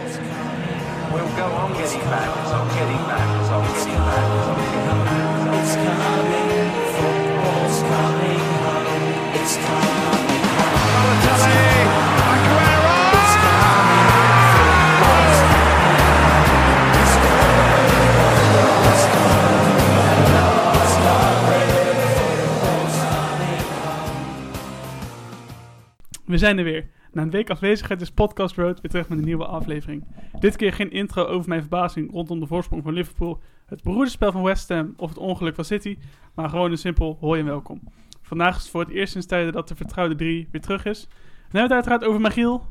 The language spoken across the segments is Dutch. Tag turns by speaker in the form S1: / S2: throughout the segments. S1: We'll go on getting back, as on getting back, as on getting back, as on getting back. It's coming, football's coming home. It's coming.
S2: Balotelli, Aguero!
S3: We zijn er weer. Na een week afwezigheid is Podcast Road weer terug met een nieuwe aflevering. Dit keer geen intro over mijn verbazing rondom de voorsprong van Liverpool, het beroerde spel van West Ham of het ongeluk van City, maar gewoon een simpel hoi en welkom. Vandaag is het voor het eerst sinds tijden dat de vertrouwde 3 weer terug is. Dan hebben we het uiteraard over Magiel.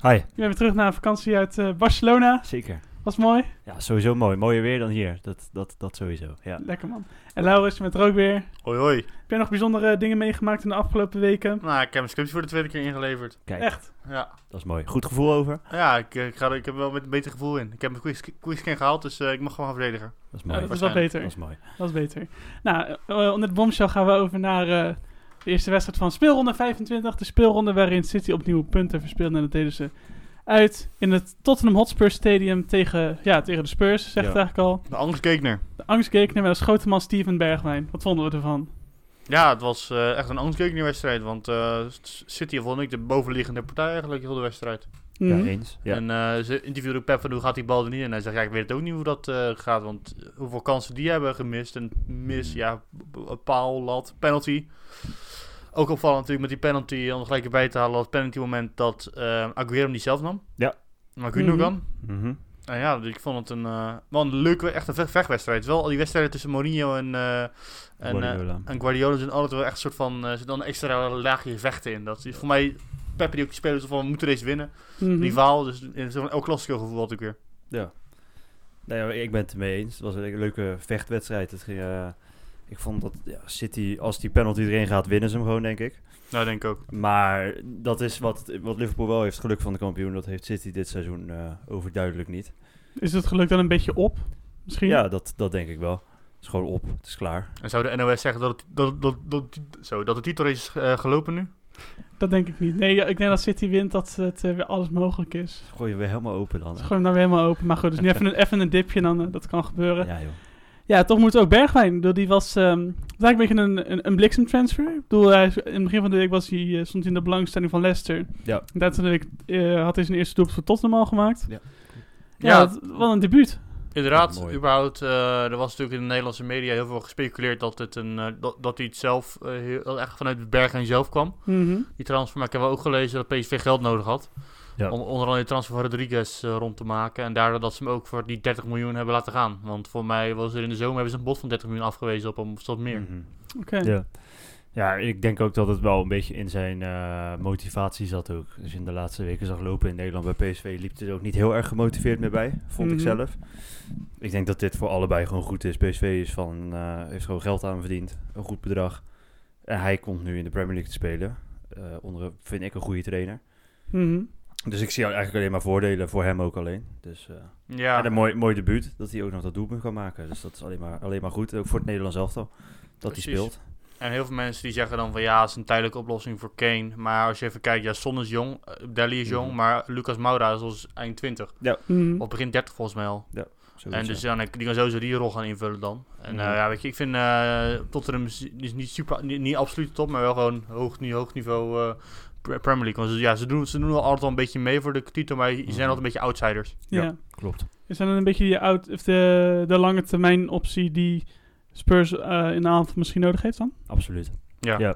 S4: Hi.
S3: Je bent weer terug na een vakantie uit eh, Barcelona.
S4: Zeker.
S3: Was mooi.
S4: Ja, sowieso mooi. Mooier weer dan hier. Dat, dat, dat sowieso. Ja.
S3: Lekker man. En Laurens, je bent er ook weer.
S5: Hoi hoi.
S3: Heb je nog bijzondere dingen meegemaakt in de afgelopen weken?
S5: Nou, ik heb mijn scriptje voor de tweede keer ingeleverd.
S4: Kijk,
S3: Echt.
S5: Ja,
S4: dat is mooi. Goed gevoel over.
S5: ja ik, eh, ik, ga, er- ik heb er wel met een beter gevoel in. Ik heb mijn quiz- quizscan gehaald, dus eh, ik mag gewoon gaan verdedigen.
S4: Dat is
S3: Ja,
S4: mooi.
S3: Oh, dat
S4: dat,
S3: is wel
S5: Waarschijnlijk.
S3: beter.
S4: is mooi.
S3: Dat is beter. Nou, eh, onder het bombshell gaan we over naar eh, de eerste wedstrijd van speelronde 25. De speelronde waarin City opnieuw punten verspeelde. En dat deden ze uit in het Tottenham Hotspur Stadium tegen, ja, tegen de Spurs, zegt
S4: Ja.
S3: het eigenlijk al.
S5: De Anders Keekner.
S3: De angstkekener met als grote man Steven Bergwijn. Wat vonden we ervan?
S5: Ja, het was eh, echt een Anders Keekner wedstrijd, want eh, S- City vond ik de bovenliggende partij eigenlijk heel de wedstrijd.
S3: Mhm.
S4: Ja, eens. Ja.
S5: En eh, ze interviewde ook Pep van hoe gaat die bal er niet in. En hij zegt, ja, ik weet het ook niet hoe dat eh, gaat, want hoeveel kansen die hebben gemist. En
S4: Hmm.
S5: mis, ja, b- b- paal, lat, penalty. Ook opvallend natuurlijk met die penalty, om er gelijk bij te halen, dat penalty moment dat eh Aguero hem niet zelf nam.
S4: Ja.
S5: Maar Kuno
S3: Mhm.
S5: dan.
S4: Mhm.
S5: Nou ja, dus ik vond het een, eh, wel een leuke, echt een ve- vechtwedstrijd. Wel, al die wedstrijden tussen Mourinho en, eh, en, eh,
S4: Guardiola.
S5: en Guardiola zijn altijd wel echt een soort van, eh, zit dan een extra laagje vechten in. Dat is voor mij, Pep die ook de spelers van, we moeten deze winnen.
S3: Mhm.
S5: Rivaal, dus in zo'n El Clasico gevoel had ik weer.
S4: Nee, maar Nou ik ben het ermee eens. Het was een leuke vechtwedstrijd. Het ging, eh, ik vond dat ja, City, als die penalty erin gaat, winnen ze hem gewoon, denk ik.
S5: Nou, denk ik ook.
S4: Maar dat is wat, wat Liverpool wel heeft. Geluk van de kampioen. Dat heeft City dit seizoen eh, overduidelijk niet.
S3: Is het geluk dan een beetje op? Misschien?
S4: Ja, dat, dat denk ik wel. Het is gewoon op. Het is klaar.
S5: En zou de NOS zeggen dat, het- dat, dat, dat, zo, dat de titel is eh, gelopen nu?
S3: Dat denk ik niet. Nee, ja, ik denk dat City wint dat het eh, weer alles mogelijk is.
S4: Gooi je weer helemaal open dan.
S3: Dus gooi hem nou weer helemaal open. Maar goed, dus nu even een, even een dipje dan, eh, dat kan gebeuren.
S4: Ja, joh.
S3: Ja, toch moet ook Bergwijn. Ik bedoel, die was ehm, het was eigenlijk een beetje een, een, een bliksemtransfer. Ik bedoel, hij is- in het begin van de week was hij, eh, stond hij in de belangstelling van Leicester.
S4: Ja.
S3: En Uiteindelijk eh, had hij zijn eerste doelpunt voor Tottenham al gemaakt.
S4: Ja.
S3: Ja,
S5: Ja.
S3: dat- wat een debuut.
S5: Inderdaad,
S4: Ja, mooi.
S5: überhaupt, eh, er was natuurlijk in de Nederlandse media heel veel gespeculeerd dat, het een, eh, dat, dat hij het zelf, eh, heel- dat echt vanuit Bergen zelf kwam.
S3: Mhm.
S5: Die transfer, maar ik heb wel ook gelezen dat PSV geld nodig had.
S4: Ja.
S5: Om onder andere de transfer van Rodriguez eh, rond te maken. En daardoor dat ze hem ook voor die 30 miljoen hebben laten gaan. Want voor mij was er in de zomer hebben ze een bod van 30 miljoen afgewezen op hem of wat meer.
S4: Mhm.
S3: Oké.
S4: Ja. ja, ik denk ook dat het wel een beetje in zijn eh, motivatie zat ook. Dus in de laatste weken zag lopen in Nederland bij PSV liep hij er ook niet heel erg gemotiveerd meer bij, vond
S3: Mhm.
S4: ik zelf. Ik denk dat dit voor allebei gewoon goed is. PSV is van, eh, heeft gewoon geld aan hem verdiend, een goed bedrag. En hij komt nu in de Premier League te spelen. Eh onder, een- vind ik een goede trainer.
S3: Mhm.
S4: Dus ik zie eigenlijk alleen maar voordelen voor hem ook alleen. Dus, eh,
S5: Ja,
S4: En een mooi, mooi debuut, dat hij ook nog dat doelpunt kan maken. Dus dat is alleen maar, alleen maar goed. Ook voor het Nederlands elftal, dat hij
S5: Precies.
S4: speelt.
S5: en heel veel mensen die zeggen dan van ja, het is een tijdelijke oplossing voor Kane. Maar als je even kijkt, ja, Son is jong, eh, Deli is jong,
S4: Mhm.
S5: maar Lucas Moura is al eind 20.
S3: Mhm.
S5: Of begin 30 volgens mij al.
S4: Zo
S5: En
S4: is
S5: dus
S4: het.
S5: dan, die kan sowieso die rol gaan invullen dan. En eh,
S4: Mhm.
S5: ja, weet je, ik vind eh, Tottenham is, is niet super, niet, niet absoluut top, maar wel gewoon hoog, ni- hoog niveau eh, Pre- Premier League. Want ze, ja, ze doen, ze doen wel altijd wel een beetje mee voor de titel, maar ze zijn
S4: Mhm.
S5: altijd een beetje outsiders.
S3: ja.
S4: ja. klopt.
S3: Is dat dan een beetje die oud, of de, de lange termijn optie die Spurs eh, in de avond misschien nodig heeft dan?
S4: Absoluut.
S5: Ja.
S4: ja.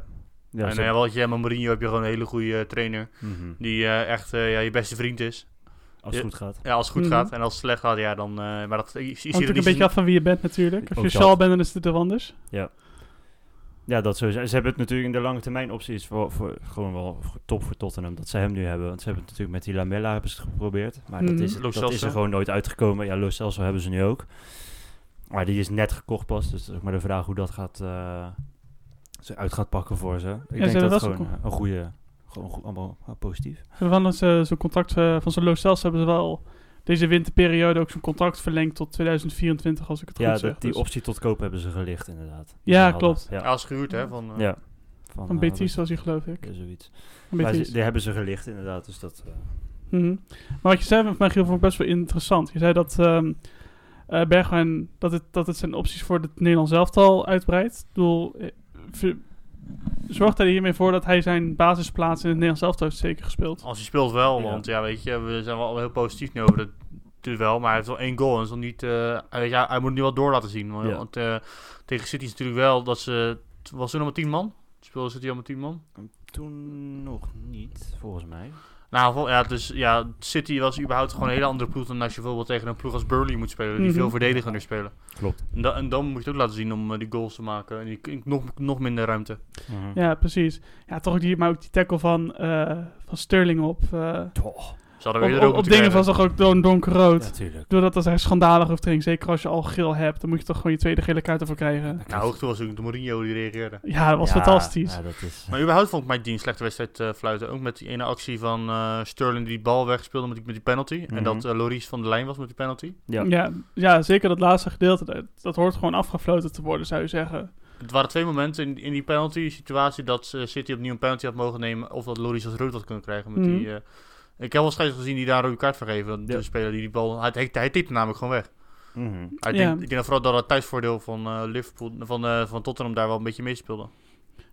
S4: Ja,
S5: en
S4: zo-
S5: eh, wat je hebt met Mourinho heb je gewoon een hele goede eh, trainer
S4: Mhm.
S5: die eh, echt eh, ja, je beste vriend is.
S4: Als
S5: Ja.
S4: het goed gaat.
S5: Ja, als het goed
S3: Mhm.
S5: gaat en als het slecht gaat, ja, dan... eh, maar dat, ik, ik zie
S3: Hangt ook
S5: er
S3: een
S5: niet
S3: beetje
S5: zo-
S3: af van wie je bent natuurlijk. Als
S4: Ook
S3: je
S4: dat.
S3: Charles bent, dan is het wat anders.
S4: Ja, dat zo. Ze hebben het natuurlijk in de lange termijn opties voor, voor gewoon wel voor- top voor Tottenham dat ze hem nu hebben. Want ze hebben het natuurlijk met die Lamella hebben ze het geprobeerd, maar
S3: Mhm.
S4: dat, is,
S5: Lo
S4: dat is
S5: Celso.
S4: er gewoon nooit uitgekomen. Ja, Lo Celso hebben ze nu ook. Maar die is net gekocht pas, dus dat is ook maar de vraag hoe dat gaat eh, ze uit gaat pakken voor ze. Ik
S3: hebben
S4: denk dat
S3: wel
S4: het
S3: zo'n
S4: gewoon
S3: ko-
S4: eh, een goede, gewoon goed, allemaal eh, positief.
S3: Van zijn contract eh, van zijn Lo Celso hebben ze wel deze winterperiode ook zijn contract verlengd tot 2024, als ik het
S4: Ja,
S3: goed
S4: dat-
S3: zeg.
S4: die
S3: Dus-
S4: optie tot koop hebben ze gelicht inderdaad.
S3: Ja,
S4: Die ze hadden.
S3: klopt.
S4: Ja.
S5: Ja, als gehuurd, hè, van... eh,
S4: Ja.
S6: Van,
S3: Van
S6: eh,
S3: Betis was hij geloof ik.
S6: Ja, zoiets.
S3: Van
S6: Maar
S3: Betis.
S6: ze, die hebben ze gelicht inderdaad, dus dat... eh,
S3: Mhm. Maar wat je zei van mij, Giel, vond ik best wel interessant. Je zei dat ehm, eh, Bergwijn, dat het, dat het zijn opties voor het Nederlands elftal uitbreidt. Ik bedoel, eh, ver- zorgt hij er hiermee voor dat hij zijn basisplaats in het Nederlands elftal heeft zeker gespeeld?
S5: Als hij speelt wel,
S6: Ja.
S5: want ja, weet je, we zijn wel heel positief nu over het duel. Maar hij heeft wel één goal en is nog niet... eh, hij, weet je, hij moet het nu wel door laten zien. Want,
S6: Ja.
S5: want, eh, tegen City is natuurlijk wel dat ze... Was toen nog maar tien man? Speelde City al met tien man?
S6: Toen nog niet, volgens mij.
S5: Nou, vol- ja, dus ja, City was überhaupt gewoon een hele andere ploeg dan als je bijvoorbeeld tegen een ploeg als Burnley moet spelen, die
S3: Mhm.
S5: veel verdedigender spelen.
S6: Klopt.
S5: En, da- en dan moet je het ook laten zien om eh, die goals te maken en die, k- nog, nog minder ruimte.
S6: Mhm.
S3: Ja, precies. Ja, toch ook die, maar ook die tackle van, eh, van Sterling op. eh,
S5: Ze hadden
S3: op, op-
S5: weer er ook
S3: op
S5: moeten
S3: dingen was
S5: krijgen.
S3: toch ook don- donkerrood.
S6: natuurlijk.
S3: Doordat dat hij schandalig overtreding. Zeker als je al geel hebt, dan moet je toch gewoon je tweede gele kaart ervoor krijgen.
S5: Nou, hoogte was ook de Mourinho die reageerde.
S3: Ja, dat was fantastisch.
S6: Ja, dat is...
S5: Maar überhaupt vond ik Mike Dean een slechte wedstrijd eh, fluiten. Ook met die ene actie van eh, Sterling die die bal wegspeelde met die, met die penalty.
S6: Mhm.
S5: En dat eh, Loris van de lijn was met die penalty.
S6: Ja.
S3: Ja. Ja, zeker dat laatste gedeelte. Dat, dat hoort gewoon afgefloten te worden, zou je zeggen.
S5: Het waren twee momenten in, in die penalty situatie dat eh, City opnieuw een penalty had mogen nemen. Of dat Loris als rood had kunnen krijgen. Met die,
S3: Mhm.
S5: eh, ik heb wel schijns gezien die daar een rode kaart van geven. Dat
S6: Ja.
S5: De speler die die bal... Hij, hij, hij tipte namelijk gewoon weg.
S6: Mhm.
S5: Hij
S3: Ja.
S5: denkt- ik denk dat vooral dat het thuisvoordeel van, eh, Liverpool, van, eh, van Tottenham daar wel een beetje meespeelde.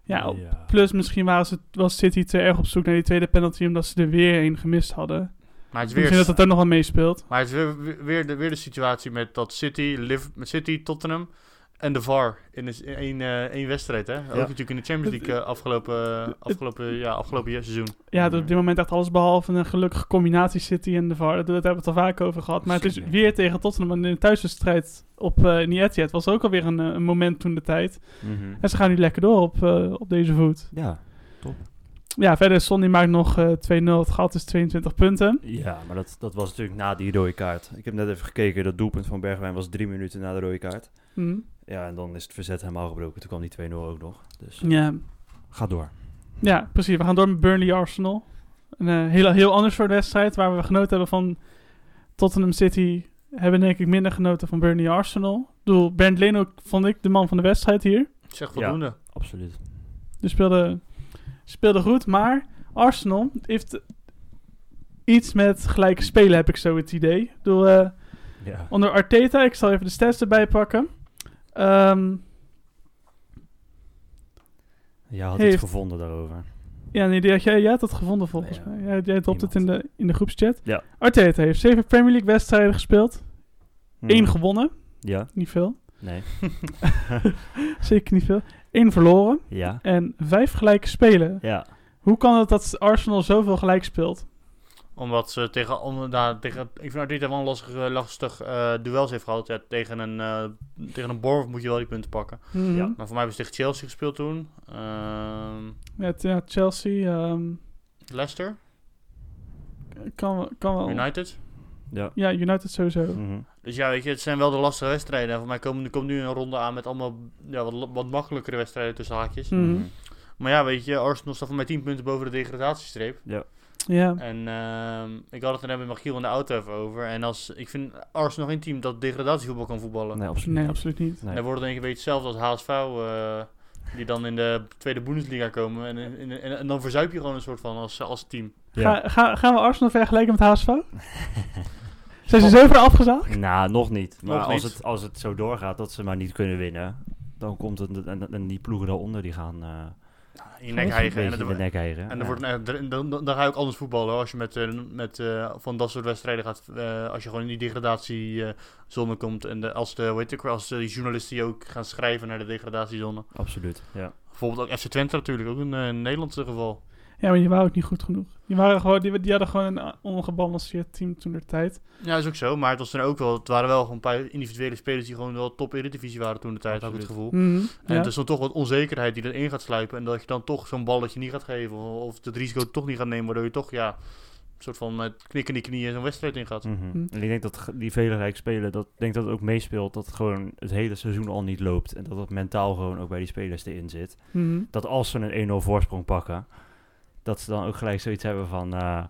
S3: Ja, op- plus misschien was, het, was City te erg op zoek naar die tweede penalty... omdat ze er weer een gemist hadden.
S5: Maar het is
S3: Misschien dat
S5: weer,
S3: dat ook nog wel meespeelt.
S5: maar het is weer, weer- weer, de, weer de situatie met dat City, Liv, met City, Tottenham en de VAR in een- in één eh, één wedstrijd. Hè? Ook natuurlijk in de Champions League eh, afgelopen, afgelopen, ja, afgelopen seizoen.
S3: Ja, dus op dit moment echt alles behalve een gelukkige combinatie City en de VAR. Dat, dat hebben we het al vaak over gehad. Maar het is
S6: Zeker.
S3: weer tegen Tottenham en in de thuiswedstrijd op eh in die Etihad was er ook alweer een, eh, een moment toen de tijd.
S6: Mhm.
S3: En ze gaan nu lekker door op, eh, op deze voet.
S6: Ja.
S3: Ja, verder is Sonny maakt nog eh, 2-0. Het gat is 22 punten.
S6: ja, maar dat, dat was natuurlijk na die rode kaart. Ik heb net even gekeken, dat doelpunt van Bergwijn was drie minuten na de rode kaart.
S3: Hm.
S6: Ja, en dan is het verzet helemaal gebroken. Toen kwam die 2-0 ook nog. Dus
S3: Ja.
S6: ga door.
S3: ja, precies. We gaan door met Burnley-Arsenal. Een eh, heel, heel ander soort wedstrijd waar we genoten hebben van Tottenham City. Hebben denk ik minder genoten van Burnley-Arsenal. Ik bedoel, Bernd Leno vond ik de man van de wedstrijd hier.
S5: Zeg voldoende.
S6: Absoluut.
S3: Die speelde, speelde goed, maar Arsenal heeft iets met gelijke spelen, heb ik zo het idee. Ik bedoel, eh,
S6: Ja.
S3: Onder Arteta, ik zal even de stats erbij pakken. Ehm,
S6: Jij had
S3: Heeft-
S6: iets gevonden daarover.
S3: ja, nee, die had jij, jij had dat gevonden volgens
S6: Ja,
S3: mij. Jij, jij dropt het in de, in de groepschat.
S6: Ja.
S3: Arteta heeft zeven Premier League wedstrijden gespeeld.
S6: Hm.
S3: Eén gewonnen,
S6: Ja.
S3: niet veel.
S6: Nee.
S3: Zeker niet veel. Eén verloren
S6: Ja.
S3: en vijf gelijke spelen.
S6: Ja.
S3: Hoe kan het dat Arsenal zoveel gelijk speelt?
S5: Omdat ze tegen, om, daar, tegen ik vind Arteta wel een lastig, eh, lastig eh, duels heeft gehad. Ja, tegen een, eh tegen een Bournemouth moet je wel die punten pakken.
S3: Mhm.
S6: Ja.
S5: Maar voor mij hebben ze tegen Chelsea gespeeld toen. Ehm
S3: Ja, t- ja, Chelsea ehm,
S5: Leicester,
S3: kan, wel- kan wel.
S5: United.
S6: Ja.
S3: Ja, United sowieso.
S6: Mhm.
S5: Dus ja, weet je, het zijn wel de lastige wedstrijden. En voor mij komen- er komt nu een ronde aan met allemaal ja, wat, wat makkelijkere wedstrijden tussen haakjes.
S6: Hmm.
S3: Mhm.
S5: Maar ja, weet je, Arsenal staat voor mij 10 punten boven de degradatiestreep.
S3: Ja.
S5: En ehm, ik had het er net met Michiel in de auto even over. En als, ik vind Arsenal geen team dat degradatievoetbal kan voetballen.
S6: Nee, absoluut.
S3: Nee,
S6: niet.
S3: absoluut niet.
S6: Nee.
S5: En dan wordt het denk ik een beetje hetzelfde als HSV, eh, die dan in de tweede Bundesliga komen. En, en, en, en dan verzuip je gewoon een soort van als, als team.
S6: Ja.
S3: Ga, ga, gaan we Arsenal vergelijken met HSV? Zijn ze zo ver afgezaagd?
S6: Nou, nog niet. Maar
S5: Nog
S6: als,
S5: niet.
S6: Het, als het zo doorgaat dat ze maar niet kunnen winnen, dan komt het... En, en die ploegen daaronder, die gaan eh
S5: In je nek
S6: een beetje
S5: hijgen. En,
S6: in de
S5: dan-
S6: nek hijgen.
S5: en
S6: Ja.
S5: dan, wordt, het- eh, dan, dan, dan ga je ook anders voetballen hoor. als je met, eh, met eh, van dat soort wedstrijden gaat. eh, als je gewoon in die degradatiezone zone komt. En de, als, de, hoe heet het ook weer, als de journalisten die ook gaan schrijven naar de degradatiezone.
S6: Absoluut, ja.
S5: Bijvoorbeeld ook FC Twente natuurlijk, ook een eh, Nederlandse geval.
S3: Ja, maar die waren ook niet goed genoeg. Die, waren gewoon, die, die hadden gewoon een eh, ongebalanceerd team toen der tijd.
S5: Ja, is ook zo. Maar het, was dan ook wel, het waren wel gewoon een paar individuele spelers die gewoon wel top in de divisie waren toen de tijd, had ik het
S6: Absoluut.
S5: gevoel.
S3: Mhm,
S5: En
S3: ja.
S5: het is dan toch wat onzekerheid die erin gaat sluipen. En dat je dan toch zo'n balletje niet gaat geven. Of of het risico toch niet gaat nemen. Waardoor je toch ja, een soort van met knik in die knieën zo'n wedstrijd in gaat.
S6: Mhm.
S3: Hm.
S6: En ik denk dat ge- die vele rijk spelen, dat ik denk dat het ook meespeelt dat het gewoon het hele seizoen al niet loopt. En dat het mentaal gewoon ook bij die spelers erin zit.
S3: Mhm.
S6: Dat als ze een 1-0 voorsprong pakken, dat ze dan ook gelijk zoiets hebben van... eh,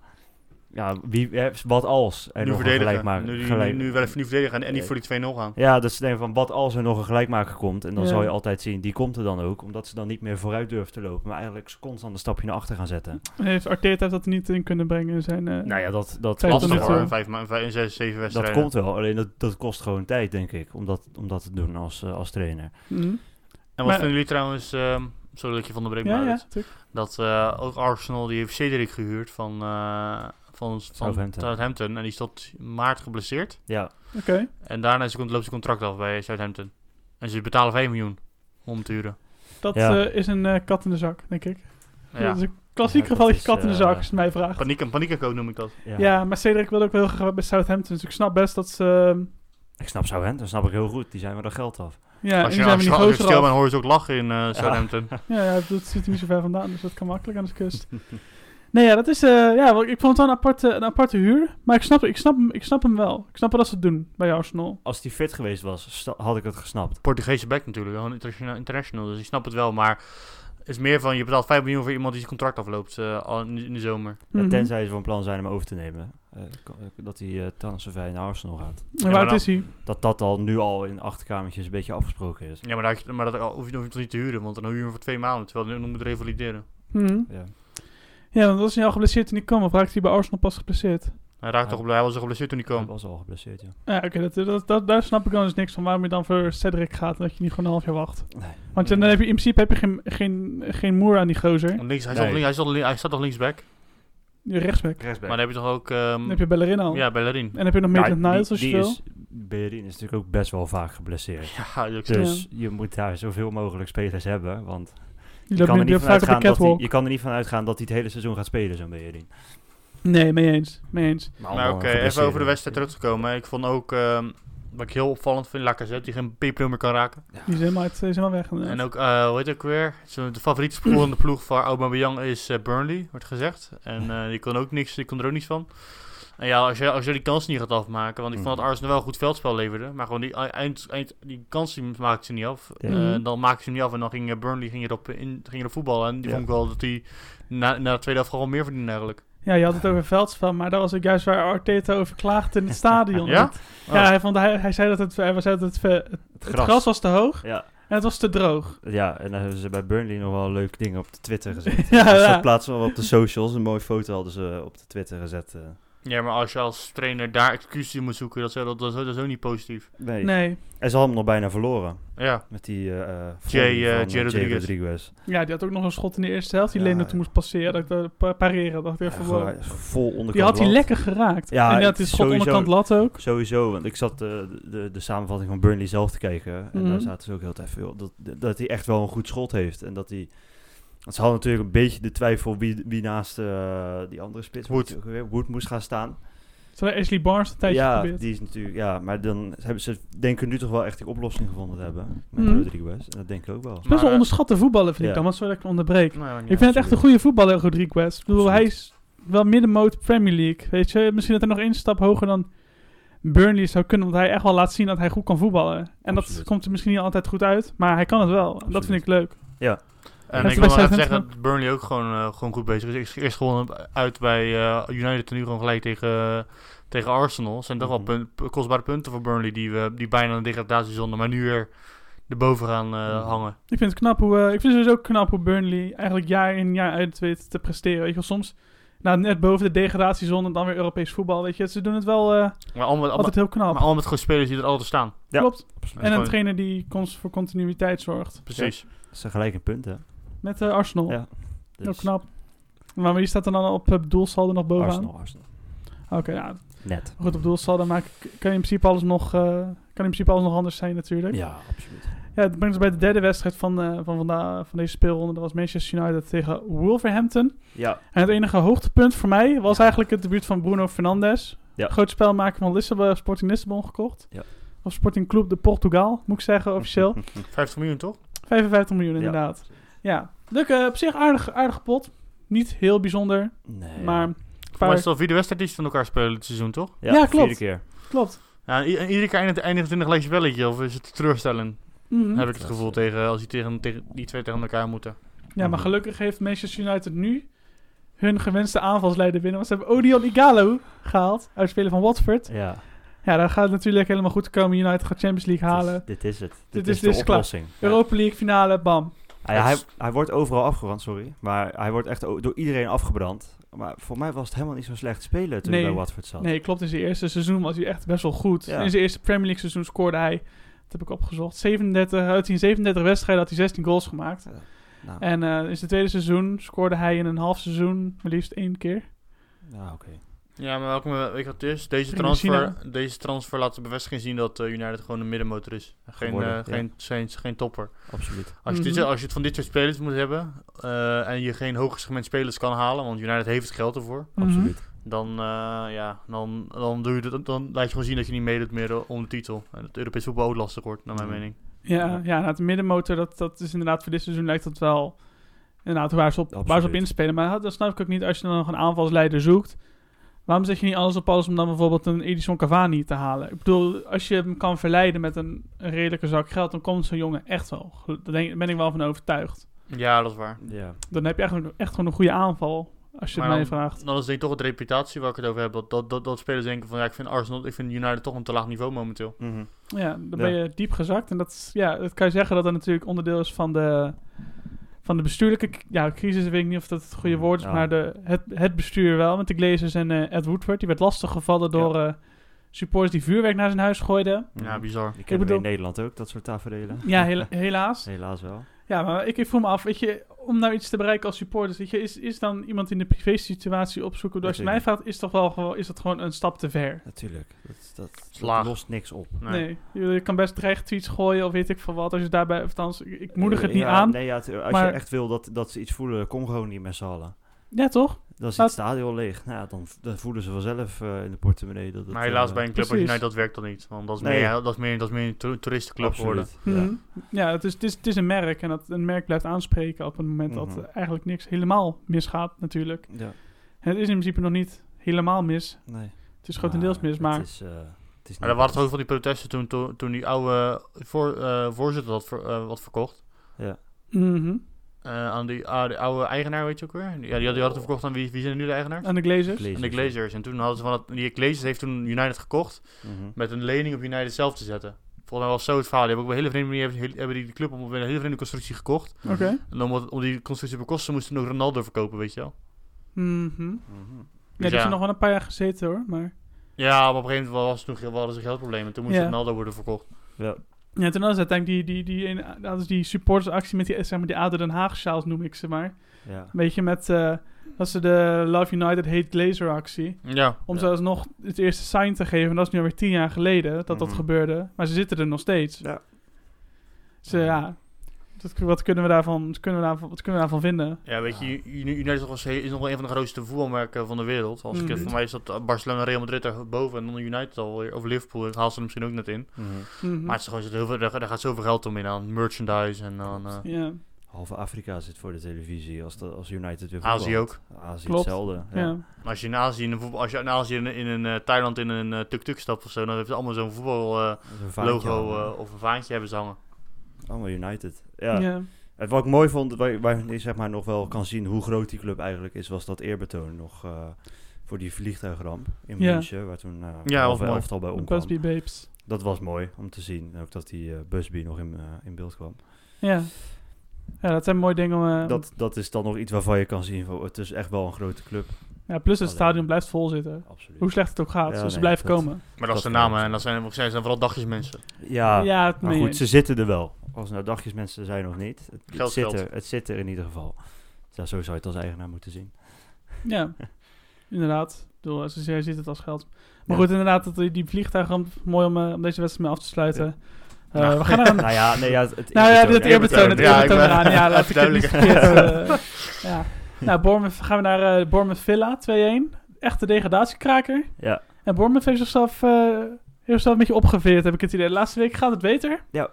S4: ja, wie, hè, wat als er
S5: nu
S4: nog een gelijk
S5: verdedigen.
S4: maken.
S5: nu, nu,
S4: gelijk-
S5: nu, nu wel even nu verdedigen en, en niet
S4: Ja.
S5: voor die 2-0 gaan.
S4: Ja, dat is het ding van wat als er nog een gelijkmaker komt. En dan
S3: Ja.
S4: zal je altijd zien, die komt er dan ook. Omdat ze dan niet meer vooruit durven te lopen. Maar eigenlijk constant een stapje naar achter gaan zetten.
S3: Heeft Arteta heeft dat er niet in kunnen brengen in zijn... eh,
S4: Nou ja, dat, dat,
S3: Tijd om
S5: Lastig
S3: tot nu toe.
S5: hoor, 5, 6, 7
S4: dat
S5: wedstrijden.
S4: komt wel. Alleen dat, dat kost gewoon tijd, denk ik. Om dat, om dat te doen als, eh, als trainer.
S3: mhm.
S5: En wat
S3: Maar-
S5: vinden jullie trouwens, ehm sorry dat ik je van de breek
S3: Ja,
S5: maar
S3: ja,
S5: uit,
S3: natuurlijk.
S5: dat eh, ook Arsenal, die heeft Cedric gehuurd van, eh, van, van
S4: Southampton.
S5: Southampton. En die is tot maart geblesseerd.
S4: Ja,
S3: Oké.
S5: En daarna is, loopt zijn contract af bij Southampton. En ze betalen 5 miljoen om te huren.
S3: Dat
S4: Ja.
S3: eh, is een eh, kat in de zak, denk ik.
S5: Ja.
S3: Dat is een klassiek
S4: Ja, dat
S3: gevalletje
S4: is,
S3: kat in de
S4: eh,
S3: zak, als je het mij vraagt.
S5: Paniek en paniekako noem ik dat.
S4: ja.
S3: Ja, maar Cedric wil ook wel heel graag bij Southampton. Dus ik snap best dat ze... ehm,
S4: ik snap Southampton. Snap ik heel goed. Die zijn maar dat geld af.
S3: ja, en
S5: als je,
S3: die zijn
S5: als
S3: we
S5: je,
S3: niet
S5: als je
S3: groter
S5: stil bent,
S3: af.
S5: hoor je ze ook lachen in eh, Southampton.
S3: Ja, ja, dat zit er niet zo ver vandaan, dus dat kan makkelijk aan de kust. Nee, ja, dat is... eh, ja, wel, ik vond het wel een aparte, een aparte huur. Maar ik snap, ik, snap, hem- ik snap hem wel. Ik snap wel dat ze het doen bij Arsenal.
S4: Als die fit geweest was, sta- had ik het gesnapt.
S5: Portugese back natuurlijk, gewoon international, international. Dus ik snap het wel, maar het is meer van je betaalt 5 miljoen voor iemand die zijn contract afloopt eh, al in, in de zomer.
S4: Ja,
S3: Mhm.
S4: tenzij ze van plan zijn hem over te nemen. Eh, kan- eh, dat hij uh, transfervrij naar Arsenal gaat.
S3: En
S5: maar
S3: waar
S5: dan-
S3: is hij?
S4: Dat dat al nu al in achterkamertjes een beetje afgesproken is.
S5: Ja, maar, daar, heb je- maar dat oh, hoef je, hoef je toch niet te huren, want dan huur je hem voor twee maanden, terwijl je nu moet revalideren.
S3: Mhm.
S4: Ja.
S3: Ja, want was hij al geblesseerd toen hij kwam. Of raakte hij bij Arsenal pas geblesseerd?
S5: Hij raakt
S4: Ja.
S5: toch op, hij was toch geblesseerd toen hij
S4: Dat
S5: kwam.
S4: was al geblesseerd, ja.
S3: Ja, oké, dat, dat, dat, daar snap ik dan dus niks van. Waarom je dan voor Cedric gaat en dat je niet gewoon een half jaar wacht.
S4: Nee.
S3: Want dan heb je, in principe heb je geen, geen, geen moer aan die gozer.
S5: Want Links, hij,
S4: Nee.
S5: zat links, hij, zat, li- hij zat toch linksback,
S3: Je rechtsback.
S5: maar dan heb je toch ook... ehm,
S3: Dan heb je Bellerin al.
S5: ja, Bellerin.
S3: En dan heb je nog
S4: Nou,
S3: Maitland Niles als je
S4: die
S3: wil.
S4: is, Bellerin is natuurlijk ook best wel vaak geblesseerd.
S5: Ja, ik zeg-
S4: Dus je moet daar zoveel mogelijk spelers hebben, want
S3: Die
S4: je
S3: loopt
S4: kan, er
S3: nu
S4: niet
S3: heel vaak
S4: van
S3: op de
S4: uitgaan dat hij, je
S3: catwalk.
S4: kan er niet van uitgaan dat hij het hele seizoen gaat spelen, zo'n Bellerin.
S3: Nee, mee eens. Mee eens.
S5: Maar
S4: Oh,
S5: oké, even over de wedstrijd terug te komen. Ik vond ook, ehm, wat ik heel opvallend vind, Lacazette, die geen peper meer kan raken.
S3: Die is helemaal, uit- is helemaal weg. inderdaad.
S5: En ook, eh hoe heet het ook weer? Zo, De favoriete scorende ploeg van Aubameyang is eh, Burnley, wordt gezegd. En eh, die, kon ook niks, die kon er ook niks van. En ja, als je, als je die kans niet gaat afmaken, want ik vond dat
S4: Mhm.
S5: Arsenal wel een goed veldspel leverde. Maar gewoon die, ei- eind, eind, die kans die maakte ze niet af.
S4: Ja.
S5: Eh,
S3: Mhm.
S5: dan maakte ze hem niet af en dan ging eh, Burnley ging erop, in, ging erop voetballen. En die
S4: Ja.
S5: vond ik wel dat hij na, na de tweede helft gewoon meer verdiende eigenlijk.
S3: Ja, je had het over veldspel, maar dat was ook juist waar Arteta over klaagde in het stadion.
S5: Ja?
S3: Ja, hij, vond, hij, hij zei dat het, hij zei dat het, ve- het,
S4: Het
S3: het
S4: gras.
S3: gras was te hoog
S4: Ja,
S3: en het was te droog.
S4: ja, en daar hebben ze bij Burnley nog wel leuke dingen op de Twitter gezet.
S3: Ja,
S4: Dus
S3: ja.
S4: dat plaatsen we wel op de socials. Een mooie foto hadden ze op de Twitter gezet. eh.
S5: Ja, maar als je als trainer daar excuses in moet zoeken, dat is, dat, dat, is- dat is ook niet positief.
S4: nee.
S3: Nee.
S4: En ze hadden hem nog bijna verloren.
S5: Ja,
S4: Met die eh, eh
S5: Jay,
S4: volley
S5: eh,
S4: van, eh,
S5: Jay Rodriguez.
S3: Ja, die had ook nog een schot in de eerste helft. Die
S4: Ja,
S3: Leno toen
S4: ja.
S3: moest passeren. Dat ik dat pa- pareren. Dacht ik
S4: Ja,
S3: even,
S4: gewoon,
S3: wow.
S4: eh, vol onderkant
S3: Die had hij
S4: lat.
S3: lekker geraakt.
S4: Ja,
S3: en dat
S4: het
S3: is
S4: is
S3: schot
S4: sowieso-
S3: onderkant lat ook.
S4: Sowieso, want ik zat eh, de, de, de samenvatting van Burnley zelf te kijken. En
S3: Mhm.
S4: daar zaten ze ook heel tijd veel. Dat, dat hij echt wel een goed schot heeft. En dat hij. Want ze hadden natuurlijk een beetje de twijfel wie, wie naast eh, die andere spits
S5: Wood.
S4: weet je ook alweer, Wood moest gaan staan.
S3: Ze hadden Ashley Barnes een tijdje
S4: ja,
S3: geprobeerd.
S4: die is natuurlijk. Ja, maar dan hebben ze denken nu toch wel echt die oplossing gevonden te hebben. Met
S3: Mhm.
S4: Rodriguez. En dat denk ik ook wel.
S3: Het is best wel
S5: Maar, eh,
S3: onderschatte voetballer, vind ik
S4: ja.
S3: dan. Wat sorry dat ik hem onderbreek.
S5: nou, ja,
S3: ik vind het echt een goede voetballer, Rodriguez. Ik bedoel,
S4: Absoluut.
S3: hij is wel middenmoot Premier League. Weet je, misschien dat hij nog één stap hoger dan Burnley zou kunnen. Want hij echt wel laat zien dat hij goed kan voetballen. En dat
S4: Absoluut.
S3: komt er misschien niet altijd goed uit. Maar hij kan het wel. En dat vind
S4: Absoluut.
S3: ik leuk.
S5: En
S3: Net
S5: ik wil nog
S3: bij
S5: even zeggen
S3: Southampton.
S5: dat Burnley ook gewoon, eh, gewoon goed bezig is. Eerst- Eerst gewonnen uit bij eh, United en nu gewoon gelijk tegen, tegen Arsenal. Zijn toch wel
S4: Mhm.
S5: punt- p- kostbare punten voor Burnley die, we, die bijna een degradatie zonden, maar nu weer erboven gaan eh,
S4: Mhm.
S5: hangen.
S3: Ik vind het knap hoe, eh, ik vind het sowieso knap hoe Burnley eigenlijk jaar in jaar uit weet te presteren. Weet je wel, soms nou, net boven de degradatiezone en dan weer Europees voetbal. Weet je, ze doen het wel eh,
S5: Maar allemaal, met-
S3: altijd heel knap.
S5: maar allemaal met gewoon spelers die er altijd staan.
S4: Nou, Ja.
S3: Klopt.
S4: Absoluut.
S3: En een
S5: Gewoon-
S3: trainer die cons- voor continuïteit zorgt.
S5: Precies.
S4: Ze gelijk een punt, hè?
S3: Met eh, Arsenal.
S4: Ja. Dus
S3: Heel knap. Maar wie staat er dan op eh, doelsaldo nog bovenaan?
S4: Arsenal, Arsenal.
S3: Oké, nou,
S4: Net.
S3: goed, op doelsaldo maak, kan je in principe alles nog... eh, kan in principe alles nog anders zijn natuurlijk.
S4: Ja, absoluut.
S3: Ja, dat brengt ons bij de derde wedstrijd van, eh, van, vandaag, van deze speelronde. Dat was Manchester United tegen Wolverhampton.
S4: Ja,
S3: En het enige hoogtepunt voor mij was eigenlijk het debuut van Bruno Fernandes.
S4: Ja.
S3: Groot spelmaker van Lissabon, Sporting Lissabon gekocht.
S4: Ja.
S3: Of Sporting Club de Portugal, moet ik zeggen, officieel.
S5: 50 miljoen toch?
S3: 55 miljoen inderdaad. Ja, leuk, eh, op zich aardig, aardig pot. Niet heel bijzonder,
S4: nee.
S3: maar een
S5: Maar
S3: paar...
S5: het is al vierde wedstrijd die ze van elkaar spelen dit seizoen toch?
S4: ja,
S3: Ja, klopt.
S4: Vierde keer.
S3: Klopt.
S5: Ja, i- en iedere keer eindigt, eindigt het in een gelijk spelletje of is het teleurstellend?
S3: Mhm.
S5: Heb ik het gevoel
S4: Oh.
S5: tegen, als die, tegen, tegen, die twee tegen elkaar moeten.
S3: Ja, maar gelukkig heeft Manchester United nu hun gewenste aanvalsleider binnen. Want ze hebben Odion Igalo gehaald, uitspeler van Watford.
S4: Ja,
S3: Ja, dat gaat het natuurlijk helemaal goed komen. United gaat Champions League halen.
S4: dit is, dit is het. Dit,
S3: Dit
S4: is,
S3: is-
S4: de
S3: dit is klaar.
S4: oplossing.
S3: Europa League finale, bam.
S4: Hij, hij, hij wordt overal afgerand, sorry. Maar hij wordt echt o- door iedereen afgebrand. Maar voor mij was het helemaal niet zo slecht spelen toen
S3: Nee.
S4: hij bij Watford zat.
S3: Nee, klopt. In zijn eerste seizoen was hij echt best wel goed.
S4: Ja.
S3: In zijn eerste Premier League seizoen scoorde hij, dat heb ik opgezocht, 37, uit die 37 wedstrijden had hij 16 goals gemaakt.
S4: Nou,
S3: En eh, in zijn tweede seizoen scoorde hij in een half seizoen maar liefst één keer.
S4: nou, oké.
S5: Ja, maar welke, weet je wat het is? Deze
S3: Ging naar
S5: transfer, deze transfer laat de bevestiging zien dat eh, United gewoon een middenmotor is. Geen,
S4: Geworden,
S5: eh,
S4: ja.
S5: geen, geen, geen topper.
S4: absoluut.
S5: Als je, dit-
S3: Mhm.
S5: als je het van dit soort spelers moet hebben eh, en je geen hoger segment spelers kan halen, want United heeft het geld ervoor,
S3: Mhm.
S4: absoluut.
S5: dan, eh, ja, dan, dan, doe je dat, dan laat je gewoon zien dat je niet meedoet meer eh, om de titel. En het Europees voetbal ook lastig wordt, naar mijn
S4: Mhm.
S5: mening.
S3: Ja, ja nou, het middenmotor, dat, dat is inderdaad voor dit seizoen lijkt dat wel inderdaad waar ze op, waar ze op
S4: Absoluut.
S3: inspelen. Maar dat snap ik ook niet als je dan nog een aanvalsleider zoekt. Waarom zet je niet alles op alles om dan bijvoorbeeld een Edison Cavani te halen? Ik bedoel, als je hem kan verleiden met een, een redelijke zak geld, dan komt zo'n jongen echt wel. Gel- Daar denk- ben ik wel van overtuigd.
S5: Ja, dat is waar.
S4: Ja.
S3: Dan heb je echt, een- echt gewoon een goede aanval, als je het
S5: Maar
S3: mij vraagt.
S5: Dan is denk ik toch het reputatie waar ik het over heb. Dat, dat, dat, dat spelers denken van ja, ik vind Arsenal, ik vind United toch een te laag niveau momenteel.
S4: Mhm.
S3: Ja, dan
S4: Ja.
S3: ben je diep gezakt. En dat, is- ja, dat kan je zeggen dat dat natuurlijk onderdeel is van de, van de bestuurlijke k- ja, crisis. Weet ik niet of dat het goede woord is,
S4: Mm, Ja.
S3: maar de, het, het bestuur wel. Met de Glazers en eh, Ed Woodward. Die werd lastiggevallen door eh, supporters die vuurwerk naar zijn huis gooiden.
S4: Mhm.
S5: Ja, bizar.
S4: Die kennen we
S3: bedoel-
S4: in Nederland ook, dat soort tafereelen.
S3: Ja, hela- helaas.
S4: Helaas wel.
S3: Ja, maar ik, ik voel me af, weet je, om nou iets te bereiken als supporters, weet je, is, is dan iemand in de privésituatie opzoeken? Als je mij
S4: Natuurlijk.
S3: vraagt, is, toch wel, gewoon- is dat gewoon een stap te ver?
S4: Natuurlijk. Dat, dat,
S5: Laag.
S4: dat lost niks op.
S5: Nee.
S3: Nee, Je, je kan best dreigtweets gooien of weet ik veel wat. Als je daarbij, of althans, ik, ik moedig het niet
S4: Eh, Ja,
S3: aan.
S4: Nee, ja, het- als
S3: maar-
S4: je echt wil dat, dat ze iets voelen, kom gewoon niet met z'n allen.
S3: Ja, toch?
S4: Dan is
S3: Laat-
S4: het stadion leeg. Nou, ja, dan, dan voelen ze vanzelf eh, in de portemonnee. Dat het,
S5: Maar helaas
S4: eh,
S5: bij een club als
S3: precies.
S5: United dat werkt dan niet. Want dat is,
S4: Nee.
S5: meer, dat is, meer, dat is meer een to- toeristenclub geworden.
S4: absoluut. Ja.
S3: Mhm. Ja, het, is, het, is, het is een merk en dat een merk blijft aanspreken op het moment dat
S4: Mhm.
S3: eh, eigenlijk niks helemaal misgaat natuurlijk.
S4: Ja,
S3: En het is in principe nog niet helemaal mis.
S4: nee.
S3: Het is grotendeels mis, maar
S4: Het is, eh, het is
S5: Maar
S4: niet
S5: er waren toch ook van die protesten toen, toen, toen die oude voor, eh, voorzitter had ver- eh, wat verkocht.
S3: Mhm.
S5: Eh, aan die, aan die oude eigenaar, weet je ook weer? Ja, die, had- die had het verkocht aan wie, wie zijn nu de eigenaar?
S3: aan de glazers.
S4: Glazers,
S5: Aan de Glazers. En toen hadden ze van dat, die Glazers heeft toen United gekocht
S4: ja. Mhm.
S5: met een lening op United zelf te zetten. Volgens mij was zo het verhaal. Die hebben op een hele vreemde manier hebben- hebben die de club op een hele vreemde constructie gekocht.
S3: Oké.
S5: En om, om die constructie te bekosten moesten ze ook Ronaldo verkopen, weet je wel?
S3: Mhm.
S4: Mhm.
S3: Ja, die
S5: ja.
S3: zijn nog wel een paar jaar gezeten hoor, maar...
S5: Ja, maar op een gegeven moment was het toen, ge- hadden ze geldproblemen. En toen moest
S3: Ja.
S5: Ronaldo worden verkocht.
S4: Ja.
S3: Ja, toen hadden ze uiteindelijk die, die, die, ene- hadden ze die supportersactie met die, zeg maar, die ADO Den Haag sjaals noem ik ze maar.
S4: Ja.
S3: Weet je, met... eh dat ze de Love United Hate Glazer actie.
S5: Ja,
S3: Om
S4: Ja.
S3: zelfs nog het eerste sign te geven. En dat is nu alweer tien jaar geleden dat dat
S4: Mhm.
S3: gebeurde. Maar ze zitten er nog steeds.
S4: Ja.
S3: Dus eh, ja, dat, wat, kunnen we daarvan, wat kunnen we daarvan, wat kunnen we daarvan vinden?
S5: ja weet je, U- U- United was he- is nog wel een van de grootste voetbalmerken van de wereld. Als ik
S3: Mhm.
S5: het voor mij is dat eh, Barcelona, Real Madrid daar boven en dan United alweer. Of Liverpool haalt ze er misschien ook net in.
S4: Mhm.
S3: Mhm.
S5: Maar het is gewoon, zit heel veel, daar, daar gaat zoveel geld om in aan merchandise en aan eh,
S3: ja,
S4: Halve Afrika zit voor de televisie als, de, als United weer
S5: Azië
S4: voetbalt.
S5: ook.
S4: Azië
S3: Klopt.
S4: hetzelfde.
S3: ja.
S4: Ja.
S5: Als je in Azië, in een voetbal, als je in, Azië in, in een eh, Thailand in een eh, tuk-tuk stapt of zo, dan heeft het allemaal zo'n voetballogo
S4: Dat is een vaantje
S5: logo
S4: aan,
S5: eh, of een vaantje hebben ze hangen.
S4: eh, Allemaal United.
S3: Ja.
S4: Ja. Het, wat ik mooi vond, waar, waar je zeg maar nog wel kan zien hoe groot die club eigenlijk is, was dat eerbetoon nog eh, voor die vliegtuigramp in
S3: Ja.
S4: München, waar toen eh
S5: Ja, was
S4: half
S5: mooi.
S4: elftal bij
S3: de
S4: omkwam.
S3: Busby Babes.
S4: Dat was mooi om te zien, ook dat die eh, Busby nog in, eh, in beeld kwam.
S3: Ja. ja, dat zijn mooie dingen. om, eh,
S4: Dat, dat is dan nog iets waarvan je kan zien, van, het is echt wel een grote club.
S3: ja, plus het
S4: Alleen.
S3: stadion blijft vol zitten.
S4: Absoluut.
S3: Hoe slecht het ook gaat,
S4: Ja,
S3: dus ze
S4: nee,
S3: blijven
S4: dat-
S3: komen.
S5: Maar dat, is de
S4: Dat kan
S5: naam hè,
S4: ook.
S5: en dat zijn, dat zijn vooral dagjesmensen.
S3: Mhm.
S4: Ja,
S3: ja, het
S4: maar
S3: meen
S4: goed,
S3: je.
S4: ze zitten er wel. Als nou dagjes mensen zijn of niet, het, het
S5: Geld,
S4: zit,
S5: geld.
S4: er, het zit er in ieder geval. Ja, zo zou je het als eigenaar moeten zien.
S3: Ja, inderdaad. Ik bedoel, zozeer ziet het als geld. Maar
S4: Ja.
S3: goed, inderdaad, dat, die- die vliegtuigramp, mooi om, eh, om deze wedstrijd mee af te sluiten. Eh,
S5: Ja.
S3: we gaan naar een
S4: nou ja, nee, ja, het, het
S3: Nou ja, dat
S5: eerbetoon.
S3: eerbetoon, het
S5: Ja, ik
S3: eerbetoon
S5: ben-
S3: eraan. Ja, laat ik het niet
S5: Verduidelijken.
S3: verkeerd, eh, ja. Nou, Bournemouth, gaan we naar eh Bournemouth Villa 2-1. Echte degradatiekraker.
S4: Ja,
S3: En Bournemouth heeft zichzelf, eh, heeft zichzelf een beetje opgeveerd, heb ik het idee. De laatste week gaat het beter.
S4: Ja.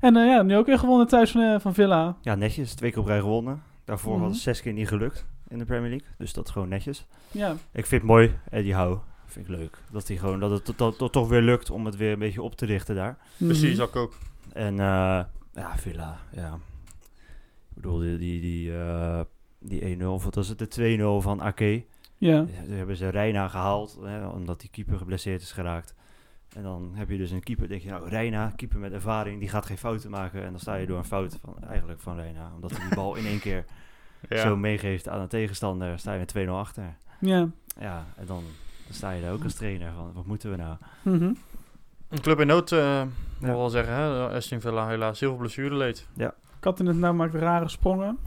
S3: En eh, ja, nu ook weer gewonnen thuis van, eh, van Villa.
S4: ja, netjes. Twee keer op rij gewonnen. Daarvoor
S3: Mhm.
S4: hadden ze zes keer niet gelukt in de Premier League. Dus dat is gewoon netjes.
S3: Ja,
S4: Ik vind het mooi, Eddie Howe. Vind ik leuk. Dat, hij gewoon, dat het to- to- to- toch weer lukt om het weer een beetje op te richten daar.
S5: Precies,
S3: Mhm.
S5: dat ook.
S4: En eh, ja, Villa, ja. Ik bedoel, die, die, die, eh, die 1-0, of wat was het, de 2-0 van Ake.
S3: Ja.
S4: Daar hebben ze Reina gehaald, hè, omdat die keeper geblesseerd is geraakt. En dan heb je dus een keeper, denk je, nou, Reina, keeper met ervaring, die gaat geen fouten maken. En dan sta je door een fout van, eigenlijk van Reina, omdat hij die bal in één keer
S5: Ja.
S4: zo meegeeft aan de tegenstander, sta je met 2-0 achter.
S3: Ja.
S4: Ja, en dan, dan sta je daar ook als trainer van, wat moeten we nou?
S3: Mhm.
S5: Een club in nood, eh moet ik wel zeggen. Hè? Aston Villa helaas heel veel blessure leed.
S3: Kat in het nauw maakt rare sprongen,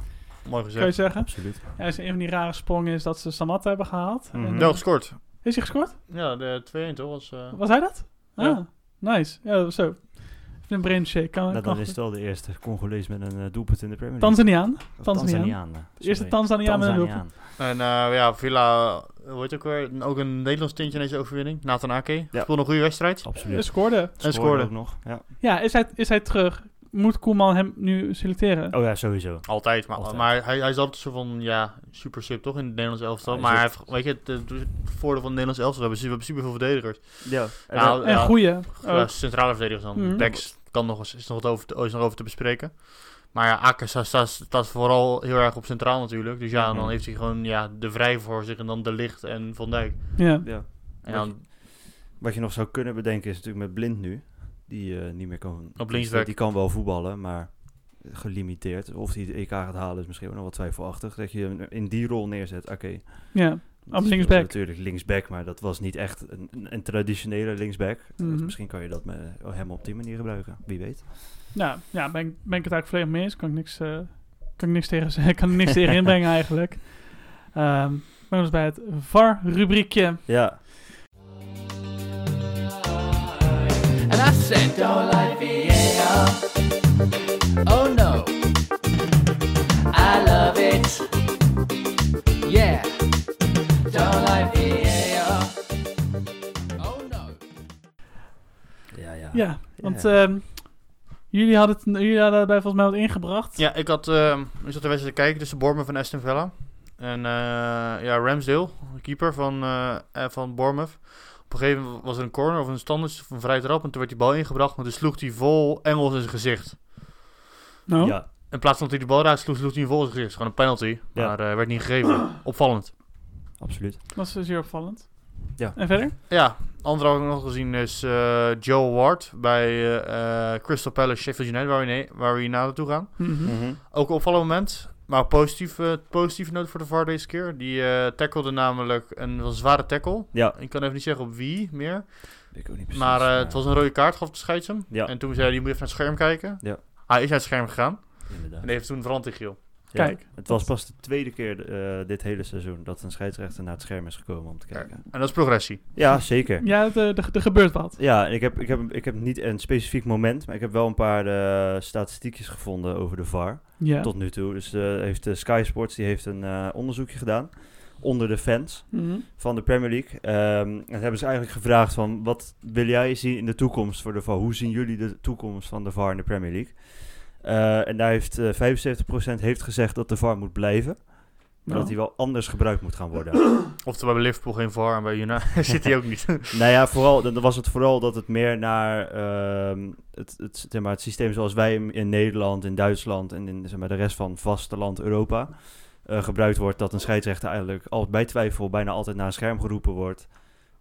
S5: Mooi
S3: kan je
S5: gezegd.
S3: zeggen.
S4: Absoluut.
S3: Ja, dus een van die rare sprongen is dat ze Samatta hebben gehaald.
S4: Mhm.
S3: En, eh,
S5: Wel gescoort.
S3: Is hij gescoord?
S5: Hm. Ja, de 2-1 toch? Was, eh,
S3: Was hij dat?
S5: Ja.
S3: Ah, nice. Ja, zo. Even een brain shake. Kan,
S4: Nou,
S3: kan
S4: dan is het wel de eerste Congolees met een eh, doelpunt in de Premier League.
S3: Tanzaniaan.
S4: Of
S3: Tanzaniaan.
S4: eh,
S3: De eerste
S4: sorry.
S3: Tanzaniaan met een doelpunt.
S4: Tanzaniaan.
S5: En eh, ja, Villa, eh, hoe heet het ook weer? Ook een Nederlands tintje in deze overwinning. Nathan Ake.
S4: Ja.
S5: Speelde een goede wedstrijd.
S3: Hij
S4: Absoluut.
S3: scoorde.
S5: En
S4: Scoorde
S5: scoorde.
S4: ook nog. Ja.
S3: Ja, is hij, is hij terug? Moet Koeman hem nu selecteren?
S4: Oh ja, sowieso.
S5: Altijd, maar,
S4: Altijd.
S5: maar hij, hij is altijd zo van, ja, super sip toch in het Nederlands elftal.
S4: Hij
S5: maar hij
S4: is
S5: heeft, weet je, het, het- het voordeel van het Nederlands elftal, we hebben, we hebben superveel verdedigers.
S4: Oh, Ja.
S5: Nou,
S3: en
S5: ja,
S3: goeie. Oh,
S5: ja,
S3: ook.
S5: centrale verdedigers dan.
S3: Mhm.
S5: Backs kan nog eens, is nog wat over, te- is nog over te bespreken. Maar ja, Ake staat, staat, staat vooral heel erg op centraal natuurlijk. Dus ja, dan
S4: Mhm.
S5: heeft hij gewoon ja, de Vrij voor zich en dan de Licht en Van Dijk.
S3: Ja.
S4: ja.
S5: En dan
S4: Wat je nog zou kunnen bedenken is natuurlijk met Blind nu. Die eh, niet meer kan...
S5: Op linksback.
S4: Die kan wel voetballen, maar gelimiteerd. Of hij de EK gaat halen is misschien ook nog wat twijfelachtig. Dat je hem in die rol neerzet. Oké. die
S3: ja.
S4: speelde
S3: linksback.
S4: Natuurlijk linksback, maar dat was niet echt een, een, een traditionele linksback. Dus
S3: Mhm.
S4: misschien kan je dat met oh, hem op die manier gebruiken. Wie weet.
S3: Nou, ja, ben, ik- ben ik het eigenlijk volledig mee eens. Kan ik niks, eh, kan ik niks tegen zeggen. Kan ik niks tegen inbrengen eigenlijk. Ehm we zijn dus bij het VAR-rubriekje.
S4: Ja.
S1: And I said, don't like VAR. Oh no. I love it. Yeah. Don't like VAR. Oh no.
S4: Ja, ja.
S3: Ja, want
S4: Ja.
S3: ehm, jullie, hadden het, jullie hadden daarbij volgens mij wat ingebracht.
S5: Ja, ik had, ehm ik zat de wedstrijd te kijken tussen Bournemouth en Aston Villa. En eh, ja, Ramsdale, de keeper van, eh, eh, van Bournemouth. Op een gegeven moment was er een corner of een standaard of een vrije trap. En toen werd die bal ingebracht, maar toen sloeg hij vol Engels in zijn gezicht.
S3: Nou,
S4: Ja.
S5: In plaats van dat hij de bal raakt, sloeg, sloeg hij hem vol in zijn gezicht. Gewoon een penalty,
S4: Ja.
S5: maar eh, werd niet gegeven. Opvallend.
S4: Absoluut.
S3: dat is zeer opvallend.
S4: Ja.
S3: En verder?
S5: Ja, andere had ik nog gezien is eh, Joe Ward bij eh, eh, Crystal Palace Sheffield United, waar we, ne- waar we hierna naartoe gaan.
S4: Mhm.
S5: Ook een opvallend moment, maar positief, eh, positieve noot voor de VAR deze keer. Die eh tackelde namelijk een, wel zware tackle.
S4: Ja.
S5: Ik kan even niet zeggen op wie meer,
S4: Weet ik ook niet precies.
S5: maar eh, het was een rode kaart, gaf de scheids hem.
S4: Ja.
S5: En toen zei hij, je moet even naar het scherm kijken.
S4: Ja.
S5: Hij is naar het scherm gegaan
S4: Inderdaad.
S5: en heeft toen verand in geel.
S4: Ja.
S3: Kijk.
S4: Het was pas de tweede keer eh, dit hele seizoen dat een scheidsrechter naar het scherm is gekomen om te kijken.
S5: En dat is progressie.
S4: Ja, zeker.
S3: Ja, het, eh, er er gebeurt wat.
S4: Ja, en ik heb, ik, heb, ik heb niet een specifiek moment, maar ik heb wel een paar eh, statistiekjes gevonden over de VAR
S3: Ja.
S4: tot nu toe. Dus eh, heeft eh, Sky Sports die heeft een eh, onderzoekje gedaan onder de fans
S3: Mhm.
S4: van de Premier League. Ehm, en hebben ze eigenlijk gevraagd van wat wil jij zien in de toekomst voor de VAR? Hoe zien jullie de toekomst van de VAR in de Premier League? Eh, en daar heeft eh, 75% heeft gezegd dat de VAR moet blijven, maar
S3: Nou.
S4: dat hij wel anders gebruikt moet gaan worden.
S5: Oftewel bij Liverpool geen VAR en bij United zit hij ook niet.
S4: Nou ja, vooral, dan was het vooral dat het meer naar ehm, het, het, zeg maar, het systeem zoals wij hem in Nederland, in Duitsland en in zeg maar, de rest van vasteland Europa eh, gebruikt wordt. Dat een scheidsrechter eigenlijk al, bij twijfel bijna altijd naar een scherm geroepen wordt.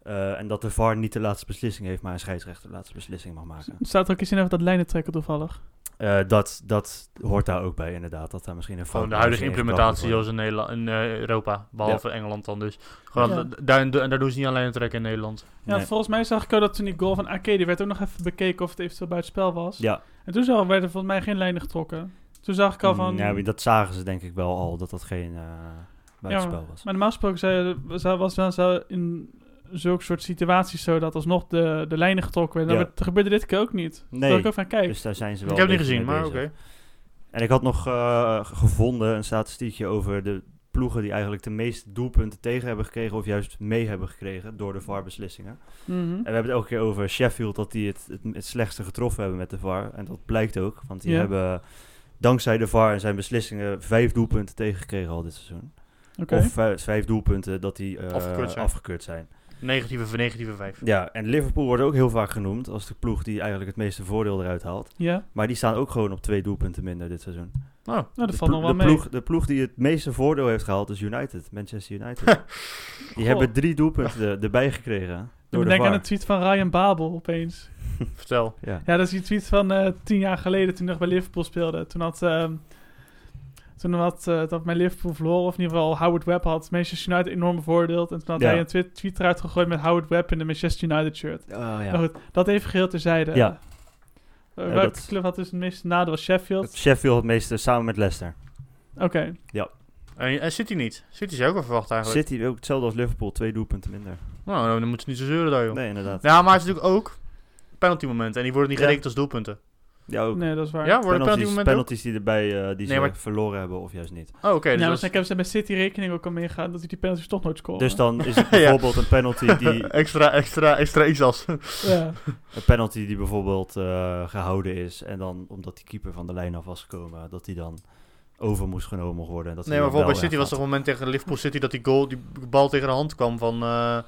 S4: Eh, en dat de VAR niet de laatste beslissing heeft, maar een scheidsrechter de laatste beslissing mag maken.
S3: Er staat er ook iets in over dat lijnen trekken toevallig.
S4: Eh, dat, dat hoort daar ook bij inderdaad, dat daar misschien een
S5: Gewoon
S4: fout
S5: de huidige
S4: misschien ingepakt
S5: implementatie
S4: moet worden.
S5: zoals in, Nederland, in eh, Europa, behalve Engeland dan dus. Gewoon,
S3: Ja.
S5: dat- daar, en daar doen ze niet alleen een trek in Nederland.
S3: Ja,
S4: Nee.
S3: volgens mij zag ik ook dat toen die goal van Arcade werd ook nog even bekeken of het eventueel buitenspel was.
S4: Ja,
S3: En toen zag, werden volgens mij geen lijnen getrokken. Toen zag ik al van...
S4: Mm, nou Ja, maar dat zagen ze denk ik wel al, dat dat geen eh buitenspel was.
S3: Maar normaal gesproken zei, zou- was wel zo in zulke soort situaties zo dat alsnog de, de lijnen getrokken werden.
S4: Ja.
S3: Dat werd- gebeurde dit keer ook niet. Toen
S4: Nee.
S3: dacht ik ook van, kijk,
S4: Dus daar zijn ze wel
S5: ik heb
S4: een
S5: het niet
S4: beetje mee
S5: gezien, maar oké.
S4: bezig. En ik had nog eh, gevonden een statistiekje over de ploegen die eigenlijk de meeste doelpunten tegen hebben gekregen of juist mee hebben gekregen door de VAR-beslissingen.
S3: mhm.
S4: En we hebben het elke keer over Sheffield dat die het, het, het slechtste getroffen hebben met de VAR. En dat blijkt ook, want die
S3: Ja.
S4: hebben dankzij de VAR en zijn beslissingen vijf doelpunten tegengekregen al dit seizoen.
S3: oké.
S4: Of vijf, vijf doelpunten dat die eh,
S5: Afgekeurd zijn.
S4: afgekeurd zijn.
S5: Negatieve voor negatieve vijf.
S4: Ja, en Liverpool wordt ook heel vaak genoemd als de ploeg die eigenlijk het meeste voordeel eruit haalt.
S3: Ja,
S4: Maar die staan ook gewoon op twee doelpunten minder dit seizoen.
S5: Nou,
S3: Nou, dat
S4: de,
S3: valt nog
S4: plo-
S3: wel
S4: de
S3: mee.
S4: ploeg, de ploeg die het meeste voordeel heeft gehaald is United, Manchester United. die
S3: Goh.
S4: hebben drie doelpunten er- erbij gekregen. Door
S3: Ik
S4: de
S3: denk aan
S4: VAR.
S3: een tweet van Ryan Babel opeens.
S5: vertel.
S4: Ja.
S3: Ja, dat is die tweet van eh, tien jaar geleden toen ik nog bij Liverpool speelde. Toen had, ehm, toen had eh, dat mijn Liverpool verloren, of in ieder geval Howard Webb had Manchester United enorm bevoordeeld. En toen had
S4: Ja.
S3: hij een tweet, tweet eruit gegooid met Howard Webb in de Manchester United shirt.
S4: ja.
S5: Oh,
S3: Maar goed, dat even geheel terzijde.
S4: Ja.
S3: Eh,
S4: Ja,
S3: welke
S4: dat-
S3: club had dus het meeste nadeel? Was Sheffield?
S4: Sheffield het meeste samen met Leicester.
S3: Oké.
S5: En, en City niet. City is ook wel verwacht eigenlijk.
S4: City ook hetzelfde als Liverpool, twee doelpunten minder.
S5: Nou, dan moeten ze niet zo zeuren daar, joh.
S4: Nee, inderdaad.
S5: Ja, maar het is natuurlijk ook penalty momenten. En die worden niet
S4: Ja.
S5: gerekend als doelpunten.
S4: Ja, ook.
S3: Nee, dat is waar. Nou,
S5: Ja, dus worden penalty
S4: penalties,
S5: momenten ook?
S4: penalties die erbij eh, die
S5: Nee,
S4: ze
S5: maar-
S4: verloren hebben of juist niet.
S5: Oh, oké.
S3: ja,
S5: dus dat
S3: maar
S5: is-
S3: ik hebben ze bij City rekening ook al meegaan dat hij die penalties toch nooit
S5: Oh.
S3: scoren.
S4: Dus dan is het bijvoorbeeld een penalty die
S5: extra, extra, extra XAS.
S3: Ja.
S4: een penalty die bijvoorbeeld eh, gehouden is en dan omdat die keeper van de lijn af was gekomen, dat die dan over moest genomen worden. En dat
S5: Nee, maar bijvoorbeeld bij City was er een moment tegen Liverpool City dat die goal, die bal tegen de hand kwam van, eh,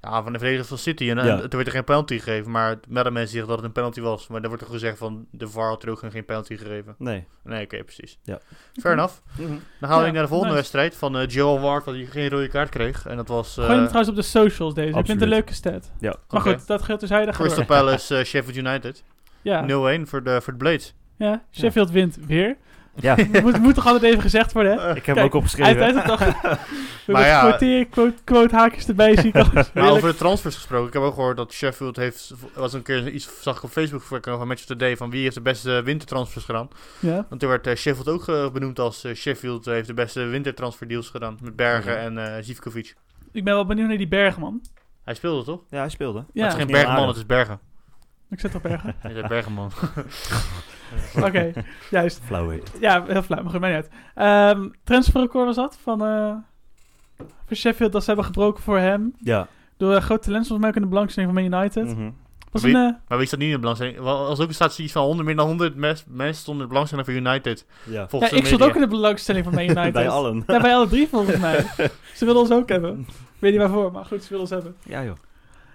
S5: ja, van de verdediger van City. En, en
S4: Ja.
S5: toen werd er geen penalty gegeven, maar meerdere mensen zeggen dat het een penalty was. Maar dan wordt er gezegd van, de VAR had er ook geen penalty gegeven.
S4: Nee.
S5: Nee, oké, precies.
S4: Ja.
S5: Fair enough. Dan gaan we
S3: Ja,
S5: naar de volgende
S3: nice.
S5: wedstrijd van eh Joel Ward, dat hij geen rode kaart kreeg. En dat was eh,
S3: Gooi hem trouwens op de socials deze. Ik vind het
S4: Absoluut.
S3: een leuke stat.
S4: Ja.
S3: Maar
S5: Oké.
S3: goed, dat geldt dus hij daar
S5: Crystal
S3: gewoon.
S5: Palace, eh, Sheffield United.
S3: Ja.
S5: 0-1 voor de, voor de Blades.
S3: ja, Sheffield wint weer.
S4: Ja, ik
S3: Moet, moet toch altijd even gezegd worden, hè?
S4: heb hem
S3: Kijk,
S4: ook
S3: Hij heeft
S4: opgeschreven.
S3: altijd al... We
S5: Maar ja.
S3: hebben quoteer, quote, quote haakjes erbij, zie ik al.
S5: Maar
S3: Heerlijk.
S5: Nou, over de transfers gesproken, ik heb ook gehoord dat Sheffield heeft, was een keer iets, zag ik op Facebook voor- van Match of the Day, van wie heeft de beste wintertransfers gedaan.
S3: Ja.
S5: Want toen werd eh, Sheffield ook eh, benoemd als eh, Sheffield heeft de beste wintertransferdeals gedaan, met Bergen en eh Zivkovic.
S3: Ik ben wel benieuwd naar die Bergman.
S5: Hij speelde toch?
S4: Ja, hij speelde.
S5: Ja. Het
S3: Ja,
S5: is geen
S4: Niet aardig.
S5: Bergman, het is Bergen.
S3: ik zet op Bergen.
S5: Hij zei Bergman.
S3: Oké, juist.
S4: Flauw heet.
S3: Ja, heel flauw, maar goed, mij niet uit. Ehm transferrecord was dat van, eh van Sheffield dat ze hebben gebroken voor hem.
S4: Ja.
S3: Door eh, grote talent, volgens mij ook in de belangstelling van Man United.
S4: Mhm.
S3: Was een,
S5: Mm. Wie-
S3: eh,
S5: maar wie staat niet in de belangstelling? Wel, Als ook een statistiek van 100, meer dan 100 mes- mensen stonden in de belangstelling voor United.
S4: ja.
S5: Volgens
S3: ja,
S5: de
S3: ik stond
S5: media.
S3: ook in de belangstelling van Man United.
S4: Bij allen.
S3: Ja, bij alle drie volgens mij. ze wilden ons ook hebben. Ik weet niet waarvoor, maar goed, ze wilden ons hebben.
S4: Ja, joh.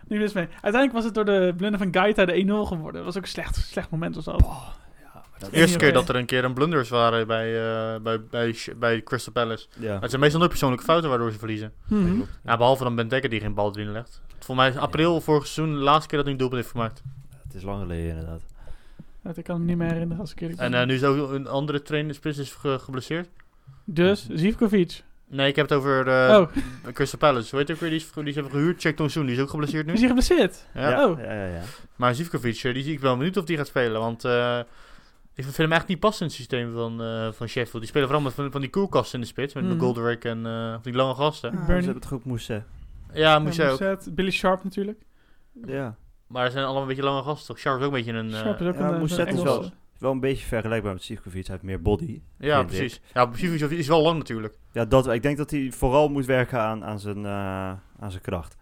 S3: Niet mis dus mee. Uiteindelijk was het door de blunder van Gaita de 1-0 geworden. Dat was ook een slecht, slecht moment of zo.
S5: De eerste
S3: Niet
S5: keer
S3: oké.
S5: dat er een keer een blunders waren bij, eh, bij, bij, Sh- bij Crystal Palace.
S4: Ja.
S5: Maar Het zijn meestal nooit persoonlijke fouten waardoor ze verliezen.
S3: Mhm.
S5: Ja, behalve dan Ben Dekker die geen bal erin legt. Voor mij is april vorig seizoen de laatste keer dat hij een doelpunt heeft gemaakt.
S4: Het is lang geleden, inderdaad.
S3: Want Ik kan me niet meer herinneren als ik eerlijk ben.
S5: En eh, nu is ook een andere trainer, spits is ge- geblesseerd.
S3: Dus, Zivkovic.
S5: Nee, ik heb het over eh,
S3: oh,
S5: Crystal Palace. Weet je ook weer, die, is, die is even gehuurd. Check Tongsoen, die is ook geblesseerd nu.
S3: is hij geblesseerd?
S5: Ja.
S4: ja.
S3: Oh.
S4: ja, ja, ja.
S5: Maar Zivkovic, eh, die zie ik wel benieuwd of die gaat spelen. Want eh, ik vind hem echt niet passen in het systeem van, eh, van Sheffield. Die spelen vooral met van, van die koelkasten in de spits. Met
S3: Mhm.
S5: McGoldrick en eh, die lange gasten.
S3: Bernie.
S4: Ze hebben het goed moesten.
S5: Ja, moest
S3: Ja,
S5: je ook.
S3: Mousset, Billy Sharp natuurlijk.
S4: Ja.
S5: Maar ze zijn allemaal een beetje lange gasten, toch? Sharp is ook een beetje een... eh,
S3: Sharp is ook
S4: ja,
S3: een,
S4: Mousset
S3: een
S5: is
S3: Engelse.
S4: wel- Wel een beetje vergelijkbaar met Sivkovic. Hij heeft meer body.
S5: ja,
S4: vind
S5: precies. Ja, precies. Is wel lang natuurlijk.
S4: Ja, dat, ik denk dat hij vooral moet werken aan, aan, zijn, eh, aan zijn kracht.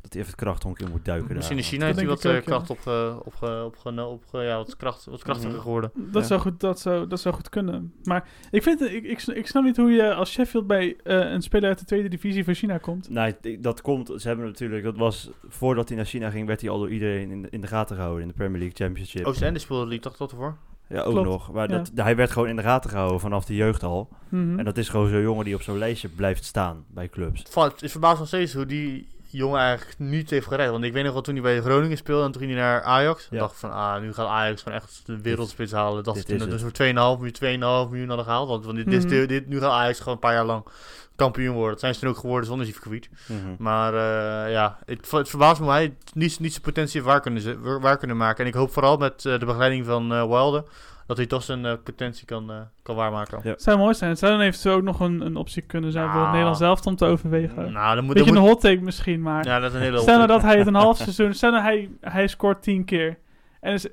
S4: Dat hij even het krachthonk in moet duiken.
S5: Misschien in
S4: daar.
S5: China
S3: Dat
S5: heeft hij
S3: denk ik
S5: wat
S3: ook,
S5: eh,
S3: ja.
S5: kracht op, eh, op, eh, op, geno- op, eh, ja, wat, kracht, wat krachtiger
S4: Mhm.
S5: geworden.
S3: Dat,
S4: Ja.
S3: zou goed, dat, zou, dat zou goed kunnen. Maar ik, vind, het- ik, ik, ik snap niet hoe je als Sheffield bij eh, een speler uit de tweede divisie van China komt.
S4: Nee, ik- dat komt. Ze hebben natuurlijk. Dat was voordat hij naar China ging, werd hij al door iedereen in, de- in de gaten gehouden in de Premier League Championship.
S5: Oostende speelde die toch tot ervoor?
S4: ja, ook
S3: klopt.
S4: nog. Maar
S3: Ja.
S4: dat, hij werd gewoon in de gaten gehouden vanaf de jeugd al.
S3: Mhm.
S4: En dat is gewoon zo'n jongen die op zo'n lijstje blijft staan bij clubs.
S5: Va- Het is verbaasd nog steeds hoe die jongen eigenlijk niet heeft gered. Want ik weet nog wel toen hij bij Groningen speelde en toen ging hij naar Ajax. En
S4: Ja.
S5: dacht van, ah, nu gaat Ajax gewoon echt de wereldspits halen. Dat
S4: dit
S5: ze toen
S4: is
S5: dus
S4: het.
S5: voor 2,5 miljoen, 2,5 miljoen hadden gehaald. Want, want dit, dit is
S3: Mhm.
S5: de- dit, nu gaat Ajax gewoon een paar jaar lang kampioen worden. Dat zijn ze toen ook geworden zonder Zivkovic. Maar eh, ja, het, het verbaast me hoe hij niet, niet zijn potentie waar kunnen, ze- waar kunnen maken. En ik hoop vooral met eh, de begeleiding van eh Wilde dat hij toch zijn eh, potentie kan, eh, kan waarmaken.
S4: Ja.
S3: zou mooi zijn. Het zou dan eventueel ook nog een, een optie kunnen zijn voor het
S5: Nou.
S3: Nederlands zelf om te overwegen.
S5: Nou, dan moet,
S3: Beetje
S5: dan
S3: een
S5: moet-
S3: hot take misschien, maar...
S5: Ja, dat is een hele
S3: Stel nou
S5: hoop.
S3: dat hij het een half seizoen... Stel nou hij, hij scoort tien keer. En is,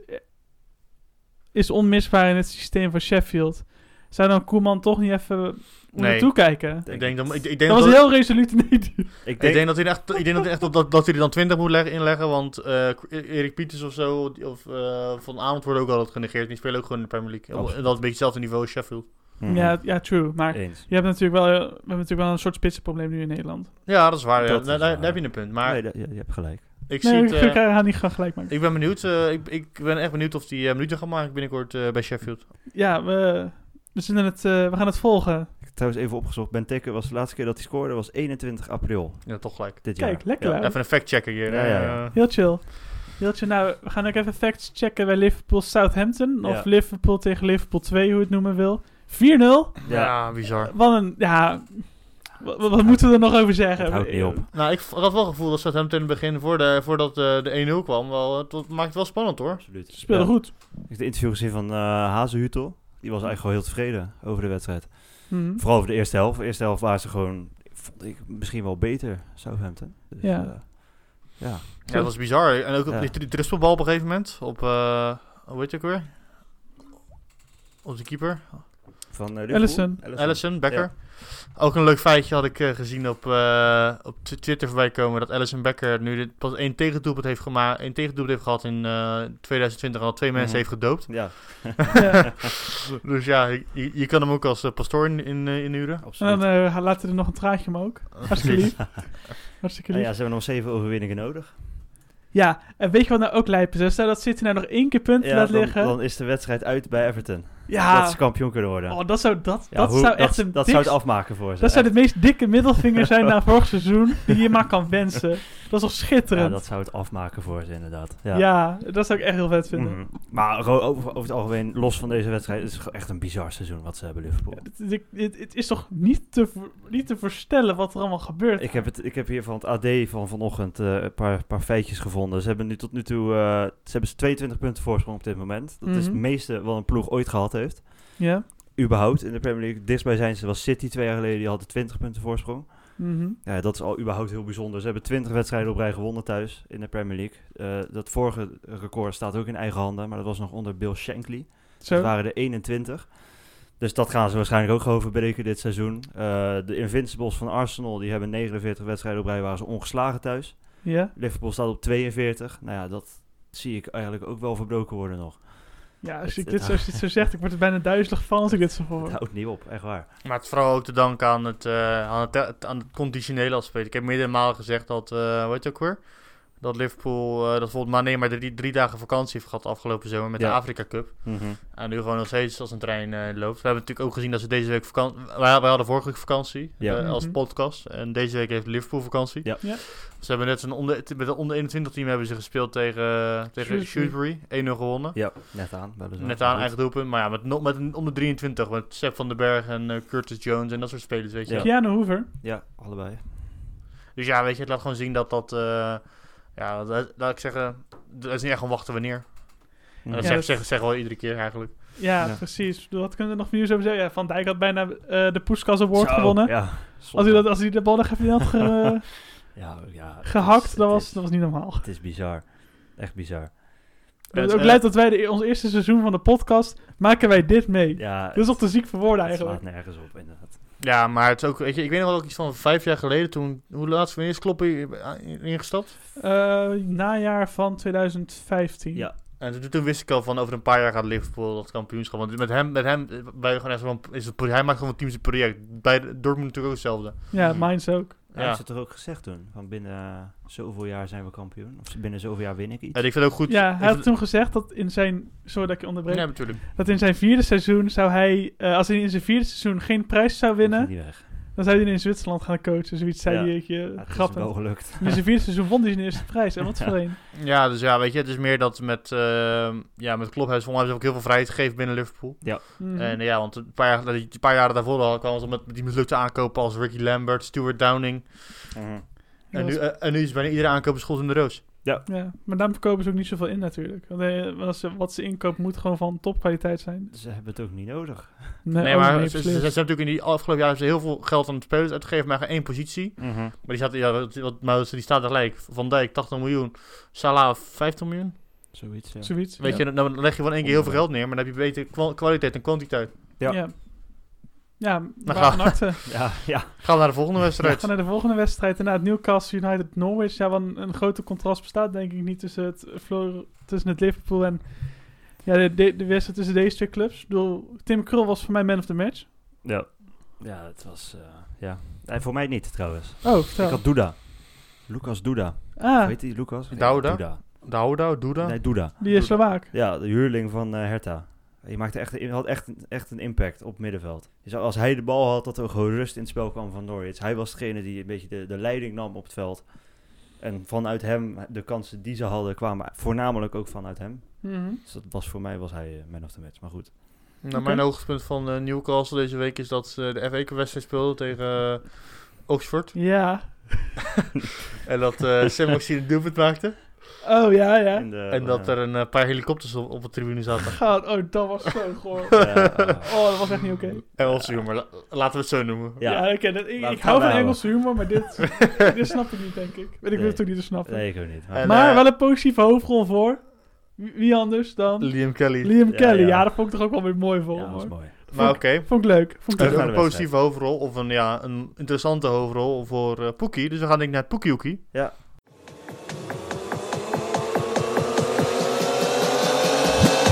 S3: is onmisbaar in het systeem van Sheffield. Zou dan Koeman toch niet even om
S5: Nee.
S3: naartoe kijken?
S5: Ik denk dat, ik, ik denk
S3: Dat was
S5: dat-
S3: heel resoluut niet.
S4: Ik
S5: Ik
S4: denk,
S5: denk dat hij er echt, ik denk dat hij echt op dat, dat hij er dan 20 moet leggen, inleggen, want eh, Erik Pieters of zo, die- of eh, Van Aanholt worden ook altijd genegeerd. Die spelen ook gewoon in de Premier League.
S4: Absoluut.
S5: En dat is een beetje hetzelfde niveau als Sheffield.
S4: Mhm.
S3: Ja, ja, true. Maar
S4: Eens.
S3: je hebt natuurlijk wel, eh, we hebben natuurlijk wel een soort spitsenprobleem nu in Nederland.
S5: Ja, dat is waar. ja.
S4: Dat is
S5: daar, daar- daar
S4: waar.
S5: heb je een punt. Maar
S4: Nee, dat- je, je hebt gelijk.
S5: ik
S3: nee,
S5: zie
S3: ik
S5: het... eh,
S3: ga haar niet gaan gelijk maken.
S5: Ik ben benieuwd. eh, ik, ik ben echt benieuwd of hij eh, minuten gaat maken binnenkort eh, bij Sheffield.
S3: Ja, we, We, zullen het, eh, we gaan het volgen.
S4: Ik heb trouwens even opgezocht. Ben Tekke was de laatste keer dat hij scoorde was 21 april
S5: Ja, toch gelijk.
S4: dit jaar.
S3: Kijk, lekker
S4: Ja.
S3: hè?
S5: Even een fact-checker hier.
S4: Ja,
S5: hè.
S4: ja, ja.
S5: Eh,
S3: Heel chill. Heel chill. Nou, we gaan ook even facts checken bij Liverpool Southampton. Of
S4: Ja.
S3: Liverpool tegen Liverpool 2, hoe je het noemen wil. 4-0.
S4: Ja.
S5: ja, bizar.
S3: Wat een... Ja... Wat, wat- wat moeten we er nog over zeggen?
S4: Het houdt niet op.
S5: Nou, ik v- had wel het gevoel dat Southampton in het begin, voor de, voordat eh, de 1-0 kwam, wel, het wa- maakt het wel spannend hoor.
S4: Absoluut.
S3: Ze speelden
S4: Ja.
S3: goed.
S4: Ik heb de interview gezien van eh Hazenhutel. Die was eigenlijk gewoon heel tevreden over de wedstrijd.
S3: Mhm.
S4: Vooral over de eerste helft. De eerste helft waren ze gewoon, vond ik, misschien wel beter, Southampton. Dus,
S3: Ja.
S4: eh, ja.
S5: Ja, dat was bizar. En ook op
S4: Ja.
S5: die dri- dribbelbal op een gegeven moment, op, eh, hoe heet je ook weer? Op de keeper,
S4: Van eh,
S3: Ellison.
S4: Liverpool.
S5: Allison Becker. Ook een leuk feitje had ik eh, gezien op, eh, op Tw- Twitter voorbij komen. Dat Allison Becker nu dit pas één tegendoelpunt heeft, gema- één tegendoelpunt heeft gehad in eh 2020. En al twee mensen
S4: Mhm.
S5: heeft gedoopt.
S4: Ja,
S3: Ja.
S5: Dus ja, je, je- je kan hem ook als eh, pastoor in, in, eh, inhuren.
S3: En
S4: absoluut.
S3: dan eh, laten we er nog een traantje om ook. Hartstikke lief. Hartstikke
S4: Nou
S3: lief.
S4: ja, ze hebben nog zeven overwinningen nodig.
S3: Ja, en weet je wat nou ook lijp is? hè? Stel dat City nou nog één keer punten laat
S4: dan,
S3: liggen.
S4: dan is de wedstrijd uit bij Everton.
S3: ja,
S4: Dat ze kampioen kunnen worden.
S3: oh, dat zou, dat,
S4: Ja,
S3: dat
S4: hoe-
S3: zou echt
S4: dat,
S3: een
S4: dat
S3: dik-
S4: zou het afmaken voor ze.
S3: Dat zou de meest dikke middelvinger zijn na vorig seizoen die je maar kan wensen. Dat is toch
S4: ja,
S3: schitterend?
S4: dat zou het afmaken voor ze, inderdaad.
S3: Ja,
S4: Ja.
S3: dat zou ik echt heel vet vinden.
S4: Mhm. Maar gewoon over, over het algemeen, los van deze wedstrijd, is het gewoon echt een bizar seizoen wat ze hebben, Liverpool.
S3: Het, het- het- het is toch niet te, voor- niet te voorstellen wat er allemaal gebeurt.
S4: Ik heb, het, ik heb hier van het AD van vanochtend eh, een paar, paar feitjes gevonden. Ze hebben nu tot nu toe eh, ze hebben 22 punten voorsprong op dit moment. Dat is het
S3: Mhm.
S4: meeste wat een ploeg ooit gehad heeft.
S3: Ja.
S4: Überhaupt in de Premier League. Dichtstbij zijn ze was City twee jaar geleden, die hadden 20 punten voorsprong.
S3: Mhm.
S4: Ja, dat is al überhaupt heel bijzonder. Ze hebben 20 wedstrijden op rij gewonnen thuis in de Premier League. Eh, dat vorige record staat ook in eigen handen, maar dat was nog onder Bill Shankly.
S3: Zo.
S4: Dat waren er 21. Dus dat gaan ze waarschijnlijk ook gaan overbreken dit seizoen. Eh, de Invincibles van Arsenal, die hebben 49 wedstrijden op rij, waren ze ongeslagen thuis.
S3: Ja.
S4: Liverpool staat op 42. Nou ja, dat zie ik eigenlijk ook wel verbroken worden nog.
S3: ja, als
S4: Het-
S3: ik dit zo,
S4: het-
S3: als je dit zo zeg, ik word er bijna duizelig van als ik dit zo
S4: Het
S3: hoor.
S4: houdt niet op, echt waar.
S5: Maar het is vooral ook te danken aan het, eh, aan het, te- aan het conditionele aspect. Ik heb meerdere malen gezegd dat, eh weet je ook weer? Dat Liverpool, eh, dat bijvoorbeeld Mane maar drie, drie dagen vakantie heeft gehad afgelopen zomer met de
S4: Ja.
S5: Afrika Cup. En Nou, nu gewoon nog steeds als een trein eh, loopt. We hebben natuurlijk ook gezien dat ze deze week vakantie... Wij, wij hadden vorige week vakantie
S4: Ja.
S5: eh, als
S3: Mhm.
S5: podcast. En deze week heeft Liverpool vakantie.
S4: Ja.
S3: Ja.
S5: Ze hebben net een onder, met een onder 21 team hebben ze gespeeld tegen, tegen
S3: Shrewsbury.
S5: Shrewsbury. 1-0 gewonnen.
S4: Ja, net aan. weliswaar.
S5: Net aan
S4: Goed.
S5: eigen doelpunt. Maar ja, met, nog- met een onder 23. Met Sepp van den Berg en eh, Curtis Jones en dat soort spelers, weet je.
S4: Ja.
S3: Keanu Hoover.
S4: Ja, allebei.
S5: Dus ja, weet je, het laat gewoon zien dat dat... eh, ja, dat, laat ik zeggen... Dat is niet echt gewoon wachten wanneer. En
S3: Ja,
S5: dat zeggen
S3: dat-
S5: zeggen- zeggen we wel iedere keer eigenlijk.
S3: Ja,
S4: Ja.
S3: precies. Ik bedoel, Wat kunnen we er nog nieuws over zeggen? Ja, Van Dijk had bijna eh, de Poeskas Award
S4: Zo,
S3: gewonnen.
S4: Ja,
S3: Als
S4: zonde.
S3: hij, dat, als hij de bal nog even niet had ge-
S4: Ja, ja, het is-
S3: gehakt, dat
S4: het
S3: was,
S4: is-
S3: dat was niet normaal.
S4: Het is bizar. Echt bizar.
S3: Ik ben
S5: Het,
S3: ook
S5: eh,
S3: blij dat wij de, ons eerste seizoen van de podcast maken wij dit mee.
S4: Ja,
S3: Dit is toch te ziek voor woorden
S4: het slaat
S3: eigenlijk.
S4: nergens op, inderdaad.
S5: Ja, maar het is ook, weet je, ik weet nog wel ook iets van vijf jaar geleden toen, hoe laat wanneer is Kloppen eh, ingestapt?
S3: Eh najaar van 2015.
S4: Ja.
S5: En toen, toen wist ik al van over een paar jaar gaat Liverpool dat kampioenschap. Want met hem, met hem, eh, wij gewoon echt van, is het, pro- hij maakt gewoon teams een project. Bij Dortmund natuurlijk ook hetzelfde.
S3: ja
S4: Mhm.
S3: Mainz ook.
S4: Ja. Hij
S5: Ja.
S4: heeft het er ook gezegd toen. Van binnen zoveel jaar zijn we kampioen. Of binnen zoveel jaar win ik iets.
S5: En ik vind het ook goed.
S3: Ja,
S5: ik
S3: hij had
S5: vind-
S3: toen gezegd dat in zijn... Sorry dat ik je onderbreek.
S5: Ja, natuurlijk.
S3: Dat in zijn vierde seizoen zou hij... eh, als hij in zijn vierde seizoen geen prijs zou
S4: Dat
S3: winnen...
S4: is niet weg.
S3: dan zou hij in Zwitserland gaan coachen. Zoiets zei
S4: Ja.
S3: hij. je
S4: Ja, het is
S3: grappig.
S4: wel gelukt.
S3: In zijn vierde seizoen won hij zijn eerste prijs. En wat voor een.
S5: Ja, dus ja, weet je, het is meer dat met, eh ja, met Klopp heeft volgens mij ook heel veel vrijheid gegeven binnen Liverpool.
S3: Mhm.
S5: En eh, ja, want een paar, jaar, een paar jaren daarvoor al kwamen ze met die mislukte aankopen als Ricky Lambert, Stuart Downing.
S4: Mhm.
S3: Dat
S5: En nu,
S3: was-
S5: eh, en nu is bijna iedere aankoop een schot in de roos.
S3: ja. Maar daarom verkopen ze ook niet zoveel in natuurlijk. Want eh, wat ze- wat ze inkopen moet gewoon van topkwaliteit zijn.
S4: Dus Ze hebben het ook niet nodig.
S5: Nee,
S3: oh,
S5: maar ze, ze, ze
S3: beslist.
S5: hebben natuurlijk in die afgelopen jaren hebben ze heel veel geld aan het spelers uitgegeven, maar geen één positie.
S4: Mhm.
S5: Maar die staat, ja, wat- wat, maar die staat er gelijk. Van Dijk 80 miljoen, Salah 50 miljoen.
S4: Zoiets, ja.
S3: Zoiets.
S5: Weet
S3: ja.
S5: je, dan leg je van één keer heel veel geld neer, maar dan heb je beter kwa- kwaliteit en kwantiteit.
S3: Ja.
S4: Ja.
S3: Ja, ja maar
S5: gaan we.
S3: van harte.
S4: Ja, ja.
S5: Gaan we naar de volgende
S3: We
S5: wedstrijd.
S3: gaan naar de volgende wedstrijd. Inderdaad, Newcastle United Norwich. Ja, want een grote contrast bestaat denk ik niet tussen het, Flor- tussen het Liverpool en ja, de, de, de wedstrijd tussen deze twee clubs. Ik bedoel, Tim Krul was voor mij man of the match.
S4: Ja, ja het was... eh, ja. Nee, voor mij niet, trouwens.
S3: Oh,
S4: Ik
S3: vertel.
S4: had Duda. Lucas Duda.
S3: Ah,
S4: Weet je Lucas?
S5: Douda?
S4: Duda.
S5: Douda, Duda.
S4: Nee, Duda.
S3: die is Slovaak.
S4: Ja, de huurling van eh Hertha. Je maakte echt, je had echt, echt een impact op middenveld. Dus als hij de bal had, dat er gewoon rust in het spel kwam van Norwich. Hij was degene die een beetje de, de leiding nam op het veld. En vanuit hem, de kansen die ze hadden, kwamen voornamelijk ook vanuit hem.
S3: Mhm.
S4: Dus dat was voor mij was hij eh, man of the match. Maar goed.
S5: Nou, Mijn hoogtepunt van eh, Newcastle deze week is dat ze de FA Cup wedstrijd speelden tegen eh, Oxford.
S3: Ja.
S5: En dat eh Sam Maxine een doelpunt maakte.
S3: Oh, ja, ja.
S4: In de-
S5: En dat
S4: eh,
S5: er een eh, paar helikopters op, op de tribune zaten.
S3: Gaat, oh, dat was zo goor.
S4: ja, eh,
S3: Oh, dat was echt niet oké.
S5: En onze humor, la- laten we het zo noemen.
S4: Ja.
S3: Ja, oké, dat- ik,
S4: Laat
S3: ik
S4: het
S3: hou van
S4: gaan nou.
S3: Engelse humor, maar dit, dit snap ik niet, denk ik. Weet ik
S4: Nee.
S3: wil het ook niet te snappen.
S4: nee, ik ook niet.
S5: En,
S3: Maar
S5: eh,
S3: wel een positieve hoofdrol voor. Wie wie anders dan
S5: Liam Kelly.
S3: Liam
S4: Ja,
S3: Kelly. Ja,
S4: ja.
S3: dat vond ik toch ook wel weer mooi voor.
S4: ja, was
S3: hoor.
S4: mooi.
S5: maar oké.
S3: Vond ik leuk. Vond ik
S5: Een,
S3: leuk.
S4: naar de
S5: een positieve hoofdrol, of een, ja, een interessante hoofdrol voor eh Poekie. Dus we gaan denk ik naar het Poekiehoekie.
S4: Ja.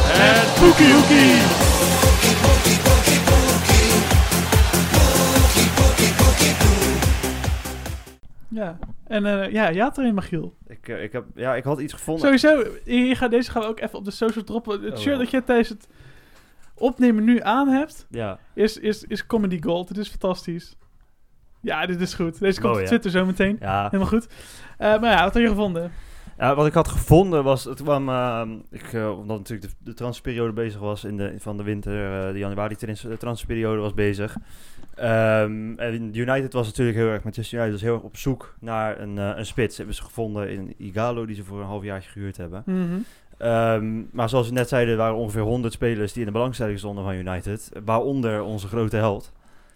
S5: Het Poekiehoekie!
S3: Ja. En eh, ja, je had erin, Michiel.
S4: Ik, eh, ik, heb, ja, ik had iets gevonden.
S3: Sowieso, hier gaat, deze gaan we ook even op de social droppen. Het
S4: Oh,
S3: shirt
S4: ja.
S3: dat je tijdens het opnemen nu aan hebt,
S4: Ja,
S3: is, is, is comedy gold. Dit is fantastisch. Ja, dit is goed. Deze komt
S5: Oh,
S4: Mooi,
S3: op
S4: hè?
S3: Twitter zo meteen.
S4: ja.
S3: Helemaal goed. Eh, maar ja, wat had je gevonden?
S4: Ja, wat ik had gevonden was, het kwam, ehm, ik, eh, omdat natuurlijk de, de transferperiode bezig was in de, van de winter, eh, de januari trans- de transferperiode was bezig. Ehm, en United was natuurlijk heel erg, Manchester United was heel erg op zoek naar een, eh, een spits. Hebben ze gevonden in Igalo, die ze voor een halfjaartje gehuurd hebben.
S3: Mhm.
S4: Ehm, maar zoals we net zeiden, er waren ongeveer 100 spelers die in de belangstelling stonden van United. Waaronder onze grote held,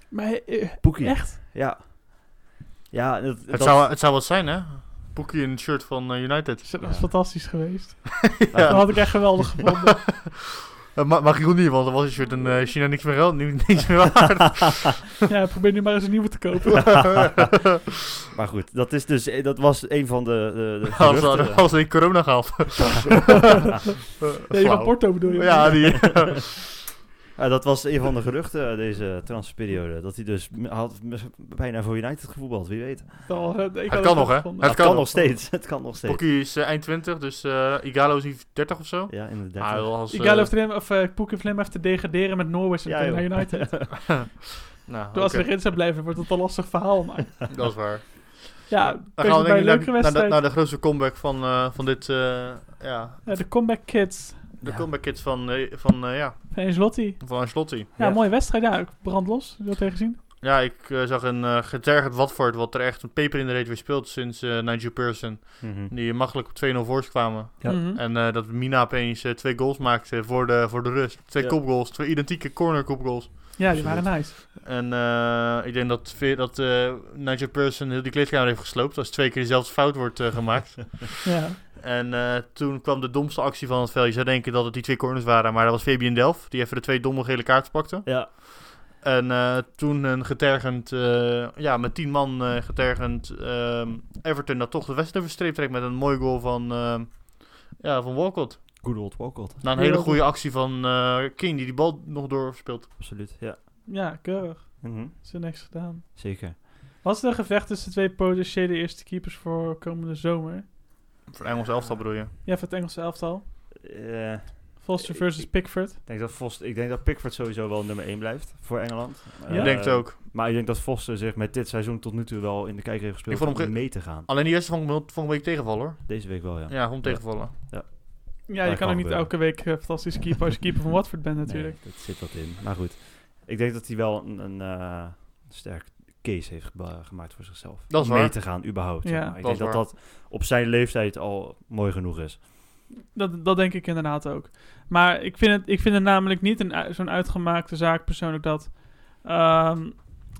S3: Maar eh,
S4: Poekie.
S3: echt?
S4: Ja. Ja, dat,
S5: Het
S4: dat-
S5: zou, het zou wat zijn, hè? Poekie in het shirt van eh, United.
S3: Dat was fantastisch geweest.
S5: Ja.
S3: Dat had ik echt geweldig gevonden.
S5: Eh, ma- mag ik ook niet, want dan was het shirt in eh, China niks meer, geld- ni- niks meer waard.
S3: ja, probeer nu maar eens een nieuwe te kopen.
S4: maar goed, dat, is dus, eh, dat was een van de, de, de
S5: als,
S4: geruchten.
S5: als, als ik corona gehad.
S3: Nee, van Porto bedoel je?
S5: Ja, die...
S4: Ja, dat was een van de geruchten eh, deze transferperiode. Dat hij dus m- had m- bijna voor United gevoetbald, wie weet. Het,
S3: Dat was- eh, ik had
S5: kan
S3: ook
S5: nog, hè?
S3: gevonden.
S5: Het
S4: kan,
S5: kan.
S4: nog steeds. Het kan nog steeds.
S5: Poekie is eh, eind 20, dus eh Igalo is niet 30 of zo.
S4: Ja, inderdaad.
S5: Ah, joh, als,
S3: Ik ga
S5: eh,
S3: of, of eh Poek en Flem even te degraderen met Norwich en
S4: Ja,
S3: toen naar
S4: joh.
S3: United. Toen
S5: nou,
S3: als ze
S5: oké,
S3: erin zou blijven, wordt het een lastig verhaal. Maar
S5: dat is waar.
S3: ja,
S5: Dan
S3: best wel
S5: denk
S3: bij
S5: ik
S3: een leukere
S5: naar, naar, de,
S3: wedstrijd.
S5: naar de grootste comeback van, eh, van dit, eh, ja,
S3: Ja, de comeback kids
S5: de
S4: Ja.
S5: comeback kids van, eh, van, eh, ja,
S3: van Ancelotti.
S5: van Ancelotti.
S3: Ja,
S4: Ja.
S3: mooie wedstrijd. Ja, ik brand los. Wil je tegen zien?
S5: Ja, ik eh, zag een eh getergerd Watford wat er echt een peper in de reet weer speelt sinds eh Nigel Pearson.
S4: Mhm.
S5: Die makkelijk op 2-0 voor kwamen.
S4: Ja.
S3: Mhm.
S5: En eh, dat Mina opeens eh, twee goals maakte voor de, voor de rust. Twee
S4: Ja.
S5: kopgoals, twee identieke corner kopgoals.
S3: ja, die waren nice.
S5: En eh, ik denk dat, Ve- dat eh, Nigel Pearson heel die kleedkamer heeft gesloopt. Als twee keer dezelfde fout wordt eh, gemaakt.
S3: Ja.
S5: en eh, toen kwam de domste actie van het veld. Je zou denken dat het die twee corners waren. Maar dat was Fabian Delf. Die even de twee domme gele kaarten pakte.
S4: Ja.
S5: En eh, toen een getergend, eh, ja, met tien man eh, getergend ehm, Everton dat toch de wedstrijd verstreept trekt met een mooie goal van, ehm, ja, van Walcott.
S4: Good old Walcott.
S5: Na een
S3: Heel
S5: hele
S3: goed.
S5: goede actie van eh, King die die bal nog doorspeelt.
S4: Absoluut, ja.
S3: ja, keurig.
S4: Mhm.
S3: Ze hebben niks gedaan.
S4: Zeker.
S3: Wat is de gevecht tussen de twee potentiële eerste keepers voor komende zomer?
S5: Voor Engels elftal bedoel je.
S3: Ja, voor het Engelse elftal.
S4: Eh,
S3: Foster versus Pickford.
S4: ik, denk dat Foster, ik denk dat Pickford sowieso wel nummer 1 blijft voor Engeland.
S3: Ja?
S5: Ik
S4: Eh,
S5: denk het ook.
S4: Maar ik denk dat Foster zich met dit seizoen tot nu toe wel in de kijker heeft gespeeld
S5: Ik vond hem
S4: om
S5: ge-
S4: mee te gaan.
S5: Alleen die eerste vond ik wel- vond ik een beetje tegenvallen hoor.
S4: Deze week wel, ja.
S5: Ja, vond ik tegenvallen.
S3: Ja, je
S4: Dat
S3: kan
S4: kan
S3: ook niet
S4: gebeuren.
S3: elke week eh, fantastisch keeper als je keeper van Watford bent natuurlijk.
S4: Nee, dat zit wat in. Maar goed, ik denk dat hij wel een, een eh, sterk case heeft geba- gemaakt voor zichzelf.
S5: Dat is
S4: Om mee
S5: waar.
S4: te gaan, überhaupt.
S3: Ja.
S4: zeg maar. Ik
S5: Dat
S4: denk
S5: is
S4: dat
S5: waar.
S4: dat op zijn leeftijd al mooi genoeg is.
S3: Dat, dat denk ik inderdaad ook. Maar ik vind het, ik vind het namelijk niet een u- zo'n uitgemaakte zaak persoonlijk dat, ehm,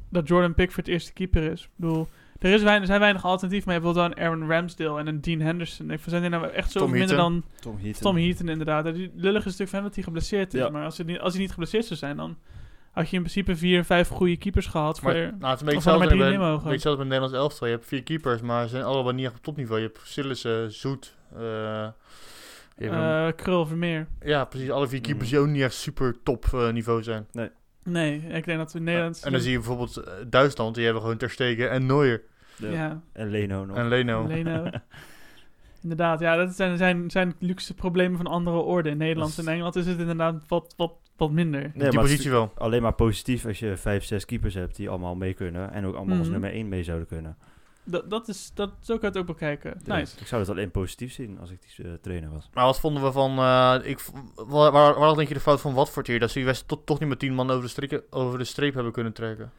S3: dat Jordan Pickford eerste keeper is. Ik bedoel, er, is weinig, zijn weinig alternatief, maar je wilt wel een Aaron Ramsdale en een Dean Henderson. Ik vind zijn die nou echt zo
S5: Tom
S3: minder
S5: Heaton.
S3: dan
S4: Tom Heaton.
S3: Tom Heaton inderdaad. Het lullige stuk van hem dat hij geblesseerd is.
S4: Ja.
S3: Maar als hij, niet, als hij niet geblesseerd zou zijn, dan had je in principe vier, vijf goede keepers gehad.
S5: Maar
S3: voor,
S5: nou, het is een beetje
S3: Of hadden
S5: hetzelfde
S3: we drie
S5: bij-
S3: neer mogen?
S5: een beetje hetzelfde met Nederlands elftal. Je hebt vier keepers, maar ze zijn allemaal niet echt op topniveau. Je hebt Sillissen, Zoet. eh, je hebt een-
S3: eh Krul Vermeer.
S5: ja, precies. Alle vier keepers die ook niet echt super top eh, niveau zijn.
S3: Nee, ik denk dat we in Nederland...
S5: En dan zie je bijvoorbeeld eh, Duitsland. Die hebben gewoon Ter Stegen en Neuer
S3: Ja,
S4: En Leno nog.
S5: en Leno.
S3: Leno. inderdaad, ja, dat zijn, zijn, zijn luxe problemen van andere orde. In Nederland en
S4: Dat is-
S3: Engeland is het inderdaad wat, wat wat minder.
S4: Nee,
S5: die
S4: maar het is
S5: positie wel.
S4: alleen maar positief als je vijf, zes keepers hebt die allemaal mee kunnen. En ook allemaal als
S3: Mhm.
S4: nummer één mee zouden kunnen.
S3: Dat, dat is, dat, zo kan je het ook bekijken.
S4: Dus
S3: Nice.
S4: Ik zou het alleen positief zien als ik die eh, trainer was.
S5: Maar wat vonden we van... eh, ik, v- waar, waar, waar denk je de fout van Watford hier? Dat ze die wedstrijd toch, toch niet met tien man over de, strikken, over de streep hebben kunnen trekken.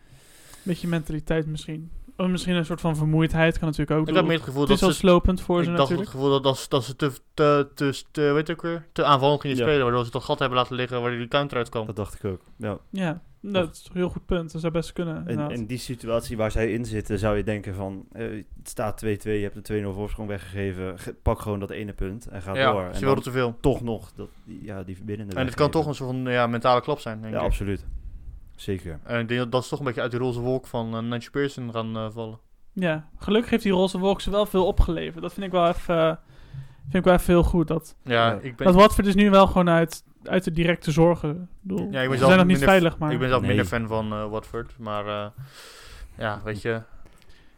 S3: Beetje mentaliteit misschien. Of misschien een soort van vermoeidheid kan natuurlijk ook.
S5: Ik had
S3: bedoel,
S5: meer het gevoel
S3: het is
S5: dat
S3: wel
S5: ze...
S3: slopend voor
S5: Ik
S3: ze
S5: dacht
S3: natuurlijk.
S5: het gevoel dat, dat, ze- dat ze te, te, te, te, weet je ook weer, te aanvallend gingen
S4: Ja.
S5: spelen. Waardoor ze dat gat hebben laten liggen waar die counter uit kwam.
S4: Dat dacht ik ook. Ja.
S3: Ja, dat is een heel goed punt. Dat zou best kunnen.
S4: In,
S3: inderdaad.
S4: in die situatie waar zij in zitten, zou je denken van... eh, het staat 2-2, je hebt een 2-0 voorsprong weggegeven. Ge- Pak gewoon dat ene punt en ga door.
S5: ja,
S4: En
S5: ze
S4: dan
S5: wilden te veel.
S4: toch nog dat, die- ja, die verbindende
S5: En het
S4: weg
S5: kan toch
S4: geven.
S5: een soort van ja, mentale klap zijn, denk
S4: Ja,
S5: ik.
S4: absoluut. Zeker.
S5: En ik denk dat dat ze toch een beetje uit die roze wolk van eh, Nancy Pearson gaan eh, vallen.
S3: Ja, gelukkig heeft die roze wolk ze wel veel opgeleverd. Dat vind ik wel even, eh, vind ik wel even heel goed. Dat,
S5: Ja,
S4: Ja.
S5: ik ben...
S3: dat Watford is nu wel gewoon uit, uit de directe zorgen. Ik bedoel,
S5: Ja, ik ben
S3: ze
S5: zelf
S3: zijn nog niet
S5: minder-
S3: veilig, maar
S5: Ik ben zelf
S4: Nee.
S5: minder fan van eh, Watford, maar eh, ja, weet je.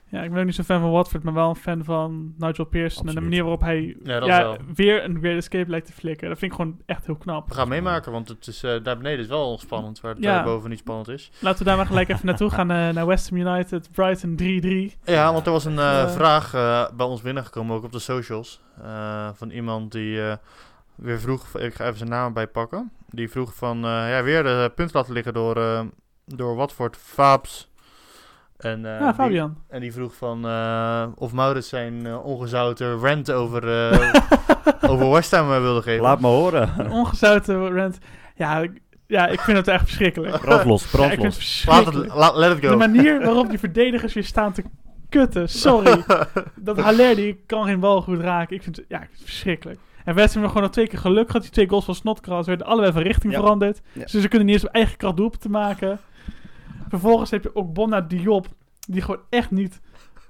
S3: ja, ik ben ook niet zo'n fan van Watford, maar wel een fan van Nigel Pearson en de
S4: Absoluut.
S3: manier waarop hij
S5: Ja, dat wel.
S3: weer een Great Escape lijkt te flikken. Dat vind ik gewoon echt heel knap.
S5: We gaan meemaken, want het is, eh, daar beneden is wel spannend, waar het
S3: Ja.
S5: daar boven niet spannend is.
S3: Laten we daar maar gelijk even naartoe gaan, eh, naar West Ham United, Brighton 3-3.
S5: Ja, want er was een eh,
S3: eh,
S5: vraag eh, bij ons binnengekomen, ook op de socials, eh, van iemand die eh, weer vroeg, ik ga even zijn naam bijpakken, die vroeg van, eh, ja, weer de punt laten liggen door, eh, door Watford, Faaps. En, eh,
S3: ja,
S5: die-
S3: Ah, Fabian.
S5: en die vroeg van eh, of Maurits zijn eh, ongezouten rant over, eh, over West Ham eh, wilde geven.
S4: Laat me horen.
S3: Een ongezouten rant. Ja, ik, ja, ik vind het echt verschrikkelijk.
S4: Brand los,
S3: Ja,
S4: brand
S3: ik vind het
S4: los.
S5: Laat
S3: verschrikkelijk.
S5: het, laat, let it
S3: De
S5: go.
S3: manier waarop die verdedigers weer staan te kutten. Sorry. Dat Haller die kan geen bal goed raken. Ik vind het, ja, ik vind het verschrikkelijk. En West Ham hebben gewoon nog twee keer geluk gehad. Die twee goals van Snodgrass werden allebei van richting
S4: Ja.
S3: veranderd.
S4: Ja.
S3: Dus ze kunnen niet eens op eigen kracht doelpunten maken. Vervolgens heb je ook Bonna Diop. Die gewoon echt niet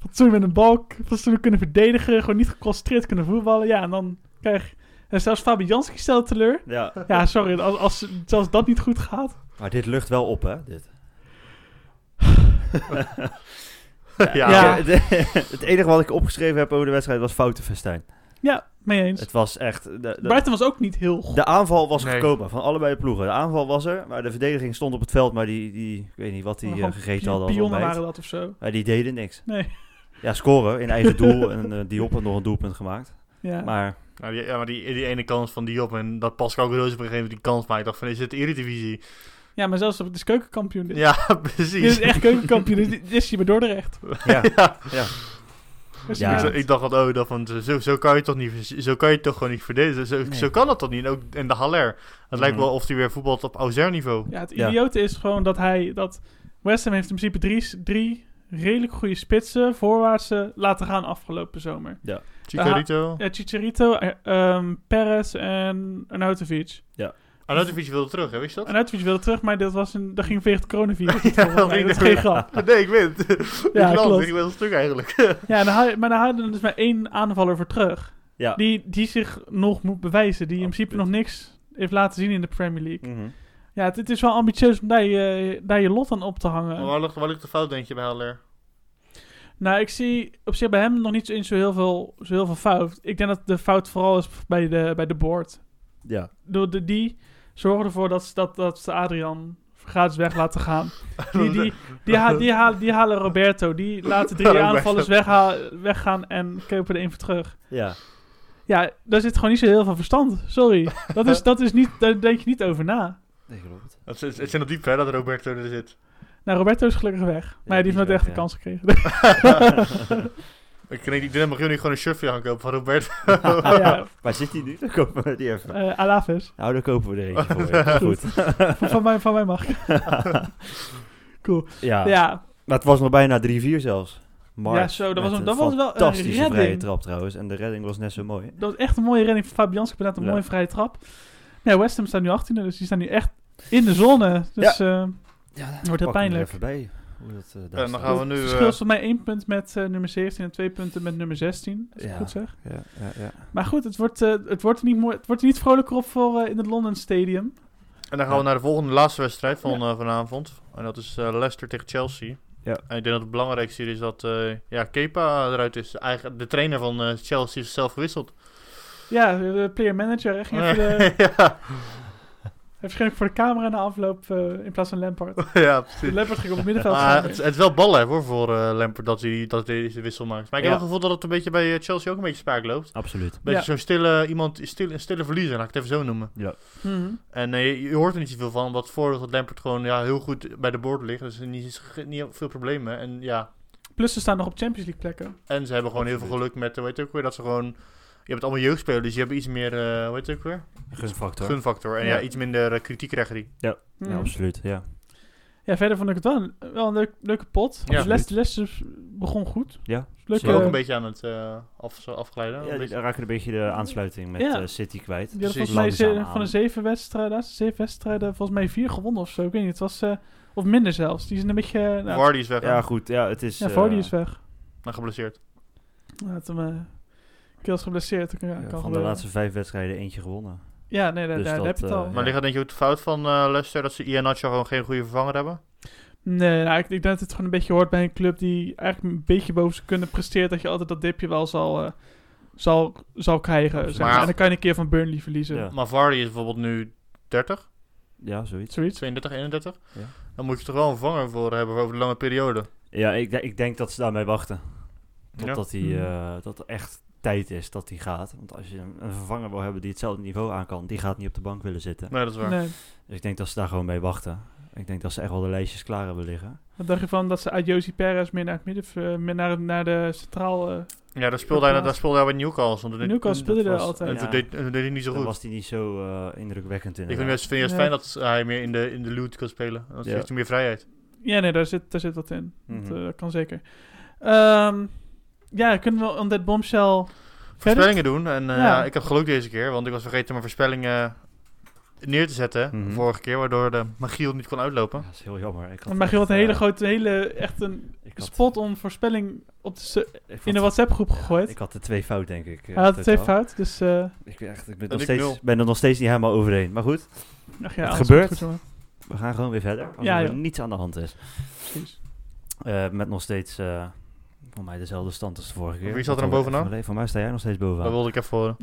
S3: fatsoenlijk met een bal k- fatsoenlijk kunnen verdedigen. Gewoon niet geconcentreerd kunnen voetballen. Ja, en dan krijg je... En zelfs Fabianski stelt teleur.
S4: Ja.
S3: Ja, sorry. Als, als, als dat niet goed gaat...
S4: Maar dit lucht wel op, hè? Dit.
S5: Ja.
S3: Ja.
S4: Ik heb- het enige wat ik opgeschreven heb over de wedstrijd was foutenfestijn.
S3: Ja, mee eens.
S4: Het was echt... De, de,
S3: Brighton was ook niet heel goed.
S4: de aanval was
S5: Nee.
S4: gekomen van allebei de ploegen. De aanval was er, maar de verdediging stond op het veld. Maar die, die ik weet niet wat die eh,
S3: Gewoon
S4: gegeten
S3: pio-
S4: hadden als
S3: Pionnen
S4: ontbijt.
S3: waren dat of zo.
S4: Maar die deden niks.
S3: Nee.
S4: Ja, scoren in eigen doel. En eh, Diop had nog een doelpunt gemaakt.
S3: Ja.
S4: Maar
S5: Nou, die, ja, maar die, die ene kans van Diop en dat Pascal Groos op een gegeven moment die kans maakt. Ik dacht van, is het Eredivisie?
S3: ja, maar zelfs op het is keukenkampioen. Dit,
S5: Ja,
S3: dit is
S5: precies.
S3: echt keukenkampioen. dit, dit is hier bij Dordrecht.
S4: ja,
S5: Ja.
S3: Dus
S4: Ja.
S5: Ik, ik dacht dat oh, ik dacht van, zo, zo kan je toch niet, zo kan je toch gewoon niet verdedigen. Zo,
S4: Nee.
S5: zo kan dat toch niet? En Ook, en de Haller. Het lijkt
S4: Mhm.
S5: wel of hij weer voetbalt op Auxerre niveau.
S3: Ja, het
S4: Ja.
S3: idiote is gewoon dat hij... Dat West Ham heeft in principe drie, drie redelijk goede spitsen voorwaartse laten gaan afgelopen zomer.
S5: Chicharito.
S3: Ja, Chicharito, eh, ehm, Perez en Arnautovic.
S5: Arnautovic wilde terug, hè? wist je dat?
S3: Arnautovic wilde terug, maar dat, was een, dat ging vanwege het coronavirus. niet,
S5: Ja,
S3: volgens mij.
S5: dat
S3: dat is
S5: ging
S3: geen grap.
S5: Nee, ik weet het.
S3: Ja,
S5: ik
S3: klopt.
S5: land, ik weet het terug eigenlijk.
S3: Ja, en dan haal je- maar daar hadden we dus maar één aanvaller voor terug.
S4: ja.
S3: Die, die zich nog moet bewijzen. Die in principe nog
S4: Absoluut.
S3: niks heeft laten zien in de Premier League.
S4: Mhm.
S3: Ja, het, het is wel ambitieus om daar je, daar je lot aan op te hangen.
S5: Maar waar, ligt, waar ligt de fout, denk je, bij Haller?
S3: Nou, ik zie op zich bij hem nog niet zo, in zo, heel veel, zo heel veel fout. Ik denk dat de fout vooral is bij de, bij de board.
S4: ja.
S3: Door de, die zorgen ervoor dat, ze- dat, dat ze Adrian gratis weg laten gaan. Die, die, die, ha- die, halen, die halen Roberto. Die laten drie
S5: Roberto.
S3: aanvallers wegha- weggaan en kopen er één voor terug.
S4: ja.
S3: Ja, daar zit gewoon niet zo heel veel verstand. Sorry. Dat is, dat is niet, daar denk je niet over na.
S4: Nee, klopt.
S5: Het, is- het zijn nog diep, hè, dat Roberto er zit.
S3: Nou, Roberto is gelukkig weg. Maar
S4: Ja,
S3: ja, die heeft
S4: die is
S3: nooit echt de
S4: weg, ja.
S3: kans gekregen.
S5: Ik denk, ik denk, mag jullie niet gewoon een shirtje gaan kopen van Roberto?
S3: ja,
S4: Waar zit die nu? Dan kopen we die even.
S3: eh Alaves.
S4: Nou, dan kopen we er eentje voor. je.
S3: Goed.
S4: Goed.
S3: Van, van mij, van mij mag. Cool.
S4: Ja.
S3: Ja,
S4: Maar het was nog bijna 3-4 zelfs. March
S3: Ja, zo, dat
S4: met
S3: was een-
S4: een
S3: dat was wel een
S4: fantastische vrije
S3: redding.
S4: trap trouwens. En de redding was net zo mooi.
S3: dat was echt een mooie redding van Fabianski. Net een
S4: Ja.
S3: mooie vrije trap. Nee, West Ham staat nu 18e, dus die staan nu echt in de zone. Dus eh
S4: Ja,
S3: wordt heel pijnlijk.
S4: Even bij hoe dat, eh, daar
S5: En dan
S4: staat.
S5: gaan we nu...
S3: het
S5: eh,
S3: verschil is voor mij één punt met eh, nummer 17 en twee punten met nummer 16. Als ik
S4: Ja.
S3: het goed zeg.
S4: Ja, ja, ja.
S3: Maar goed, het wordt, eh, het wordt, er, niet mooi, het wordt er niet vrolijker op voor eh, in het London Stadium.
S5: En dan gaan we
S4: Ja.
S5: naar de volgende laatste wedstrijd van eh, vanavond. En dat is eh, Leicester tegen Chelsea.
S4: Ja.
S5: En ik denk dat het belangrijkste hier is dat eh, ja, Kepa eruit is. Eigen, de trainer van eh, Chelsea is zelf gewisseld.
S3: Ja, de player manager. hè, Ging eh, even de,
S5: ja.
S3: Waarschijnlijk voor de camera na afloop eh, in plaats van Lampard.
S5: ja, precies.
S3: Lampard ging op het middenveld
S5: Maar
S3: staan.
S5: Ah, het, het is wel ballen hoor voor eh Lampard dat hij, dat hij deze wissel maakt. Maar ik
S4: Ja.
S5: heb wel het gevoel dat het een beetje bij eh, Chelsea ook een beetje spaak loopt.
S4: Absoluut.
S5: Beetje
S3: Ja.
S5: zo'n stille, iemand, stil, een stille verliezer, laat ik het even zo noemen.
S3: Mhm.
S5: En eh, je, je hoort er niet zoveel van, omdat voordat dat Lampard gewoon ja, heel goed bij de boord ligt. Dus er niet, is ge- niet veel problemen. En ja,
S3: Plus ze staan nog op Champions League plekken.
S5: en ze hebben gewoon heel veel geluk met, eh, hoe heet het ook weer, dat ze gewoon... Je hebt allemaal jeugdspelers, dus je hebt iets meer, eh hoe heet het ook weer?
S4: Gunfactor.
S5: Gunfactor. En ja,
S4: Ja.
S5: iets minder eh, kritiek krijgen die.
S3: Mhm.
S4: Ja, absoluut. Ja.
S3: Ja, verder vond ik het wel een, wel een leuk- leuke pot.
S5: Ja.
S3: Dus Leicester, Leicester begon goed.
S4: Ja.
S3: Leuke,
S5: Ze ook
S4: Ja.
S5: een beetje aan het eh, af, zo afglijden.
S4: Ja,
S5: een
S4: die
S5: beetje.
S4: raken een beetje de aansluiting met
S3: Ja.
S4: eh, City kwijt.
S3: Die hadden
S5: Precies.
S3: volgens mij
S4: Langzaam
S3: ze-
S4: aan.
S3: van de zeven wedstrijden, laatste zeven wedstrijden, volgens mij vier gewonnen of zo. Ik weet niet, het was... eh, of minder zelfs. Die zijn een beetje... eh, nou,
S5: Vardy is weg,
S4: Ja,
S5: ja.
S4: goed. Ja, het is...
S3: ja, Vardy
S4: eh,
S3: is weg.
S5: maar geblesseerd.
S3: Ja, had hem... eh Keels geblesseerd. dat kan-
S4: ja,
S3: kan
S4: van de
S3: gebeuren.
S4: laatste vijf wedstrijden eentje gewonnen.
S3: Ja, nee, daar,
S4: Dus
S3: daar
S4: dat,
S3: heb je het
S4: eh,
S3: al.
S5: Maar
S4: Ja.
S5: ligt dat denk je ook de fout van eh Leicester dat ze Iheanacho gewoon geen goede vervanger hebben?
S3: Nee, nou, ik, ik denk dat het gewoon een beetje hoort bij een club die eigenlijk een beetje boven zijn kunnen presteert. Dat je altijd dat dipje wel zal, eh, zal, zal krijgen. Zeg maar.
S5: Maar-
S3: En dan kan je een keer van Burnley verliezen.
S4: Ja.
S5: Maar Vardy is bijvoorbeeld nu 30,
S4: Ja, zoiets.
S3: Zoiets.
S5: 32, 31.
S4: Ja.
S5: Dan moet je toch wel een vervanger voor hebben over de lange periode.
S4: Ja, ik, de- ik denk dat ze daarmee wachten. Totdat hij,
S3: Hmm.
S4: eh, dat er echt tijd is dat hij gaat. Want als je een, een vervanger wil hebben die hetzelfde niveau aan kan, die gaat niet op de bank willen zitten.
S5: Nee, dat is waar.
S3: Nee.
S4: Dus ik denk dat ze daar gewoon mee wachten. Ik denk dat ze echt wel de lijstjes klaar hebben liggen.
S3: Wat dacht je van dat ze Adjosi Perez meer naar het midden, eh, meer naar, naar de centraal... eh,
S5: Ja, daar speelde, hij, daar speelde hij bij Newcastle. En toen-
S3: Newcastle speelde
S4: dat
S3: daar
S4: was-
S3: altijd.
S5: En
S4: Ja.
S5: toen deed, en toen deed hij niet zo
S4: Dan
S5: goed.
S4: was hij niet zo eh, indrukwekkend in.
S5: Ik vind het juist, vind juist
S3: Nee.
S5: fijn dat hij meer in de, in de loot kan spelen. Dan
S4: Ja.
S5: heeft hij meer vrijheid.
S3: Ja, nee, daar zit, daar zit wat in. Dat
S4: Mhm.
S3: eh, kan zeker. Ehm, ja, kunnen we on that bombshell...
S5: Voorspellingen doen. En eh,
S3: dus- Ja.
S5: ja, ik heb geluk deze keer, want ik was vergeten mijn voorspellingen neer te zetten.
S4: Mhm.
S5: Vorige keer, waardoor de Magiel niet kon uitlopen.
S4: dat is heel jammer. Ik had
S3: Maar je
S4: echt,
S3: had een hele
S4: eh,
S3: grote, hele, echt een
S4: ik had-
S3: spot on voorspelling op de, se-
S4: ik
S3: in
S4: had-
S3: de WhatsApp-groep gegooid.
S4: Ik had de twee fout, denk ik. eh,
S3: Hij had het
S4: totaal.
S3: even fout, dus... eh,
S4: Ik, ben echt, ik ben,
S5: En
S4: nog
S5: ik nul.
S4: steeds, ben er nog steeds niet helemaal overheen. Maar goed,
S3: Ach ja,
S4: Het
S3: alles
S4: gebeurt.
S3: komt goed, jongen.
S4: we gaan gewoon weer verder. Als
S3: Ja,
S4: er
S3: joh.
S4: niets aan de hand is.
S3: Precies.
S4: Eh, met nog steeds, eh voor mij, dezelfde stand als de vorige keer.
S5: Wie zat er dan
S4: Want-
S5: bovenaan?
S4: Van- Voor mij sta jij nog steeds
S5: Dat
S4: bovenaan.
S5: wilde ik even horen.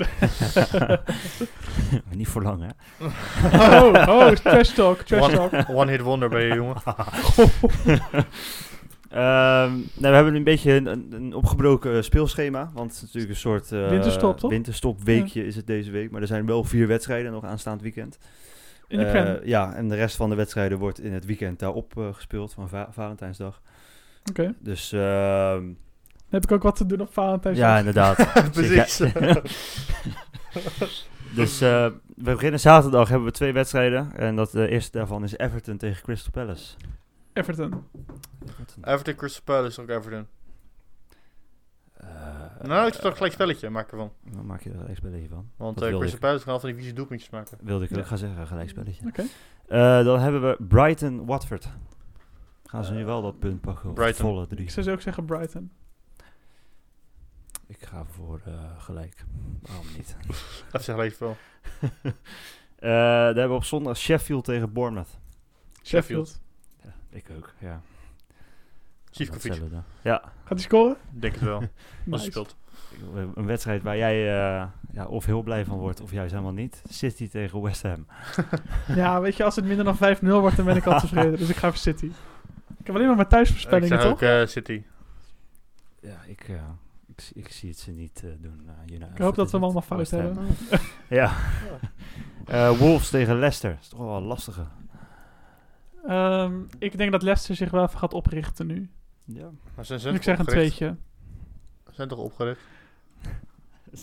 S4: Maar niet voor lang, hè?
S3: Oh, oh, trash talk, trash talk.
S5: One, one hit wonder ben je, jongen.
S4: Ehm, nou, we hebben een beetje een, een- een opgebroken eh, speelschema. Want het is natuurlijk een soort eh,
S3: Winterstop, toch?
S4: winterstopweekje is het deze week. Maar er zijn wel vier wedstrijden nog aanstaand weekend.
S3: In de
S4: Eh,
S3: Prem. Oké.
S4: Ja, en de rest van de wedstrijden wordt in het weekend daarop eh, gespeeld van va- Valentijnsdag. Dus ehm,
S3: Dan heb ik ook wat te doen op Valentijns.
S4: ja, inderdaad.
S5: Precies.
S4: dus eh, we beginnen zaterdag hebben we twee wedstrijden. En dat de eerste daarvan is Everton tegen Crystal Palace.
S3: Everton.
S4: Everton.
S5: Everton Crystal Palace ook Everton.
S4: Eh,
S5: nou, het is toch gelijk spelletje, maak ervan.
S4: Dan maak je er gelijk spelletje van.
S5: Want
S4: Dat
S5: eh
S4: wilde
S5: Crystal
S4: ik.
S5: Palace kan al van die vieze doelpuntjes maken.
S4: Wilde ik ook
S3: Ja.
S4: gaan zeggen, gelijkspelletje.
S3: Oké.
S4: Eh, dan hebben we Brighton-Watford. Gaan ze nu wel dat punt pakken? Of
S5: Eh, Brighton.
S4: Volle drie.
S3: Ik zou zo ook zeggen Brighton.
S4: Ik ga voor eh, gelijk. Waarom niet?
S5: Dat zegt gelijk veel.
S4: Eh dan hebben we op zondag Sheffield tegen Bournemouth.
S5: Sheffield.
S3: Sheffield.
S4: Ja, ik ook, ja.
S5: Sivkovic.
S4: Hetzelfde. Ja,
S3: Gaat hij scoren?
S5: Denk het wel. Als hij
S3: Nice.
S5: speelt.
S4: een wedstrijd waar jij eh, ja, of heel blij van wordt of juist helemaal niet. City tegen West Ham.
S3: Ja, weet je, als het minder dan 5-0 wordt, dan ben ik al tevreden. Dus ik ga voor City. Ik heb alleen maar mijn thuisvoorspellingen,
S5: ik zeg
S3: toch?
S5: ook eh, City.
S4: Ja, ik, eh, ik, zie- ik zie het ze niet eh, doen. eh, United.
S3: Ik hoop dat we hem allemaal
S4: West
S3: fout
S4: Ham.
S3: hebben.
S4: Ja. Eh, Wolves tegen Leicester. is toch wel een lastige.
S3: Ehm, ik denk dat Leicester zich wel even gaat oprichten nu.
S4: Ja.
S5: Maar zijn,
S3: Dus
S5: zijn
S3: ik zeg een
S5: opgericht?
S3: tweetje.
S5: Zijn toch opgericht?
S4: Dat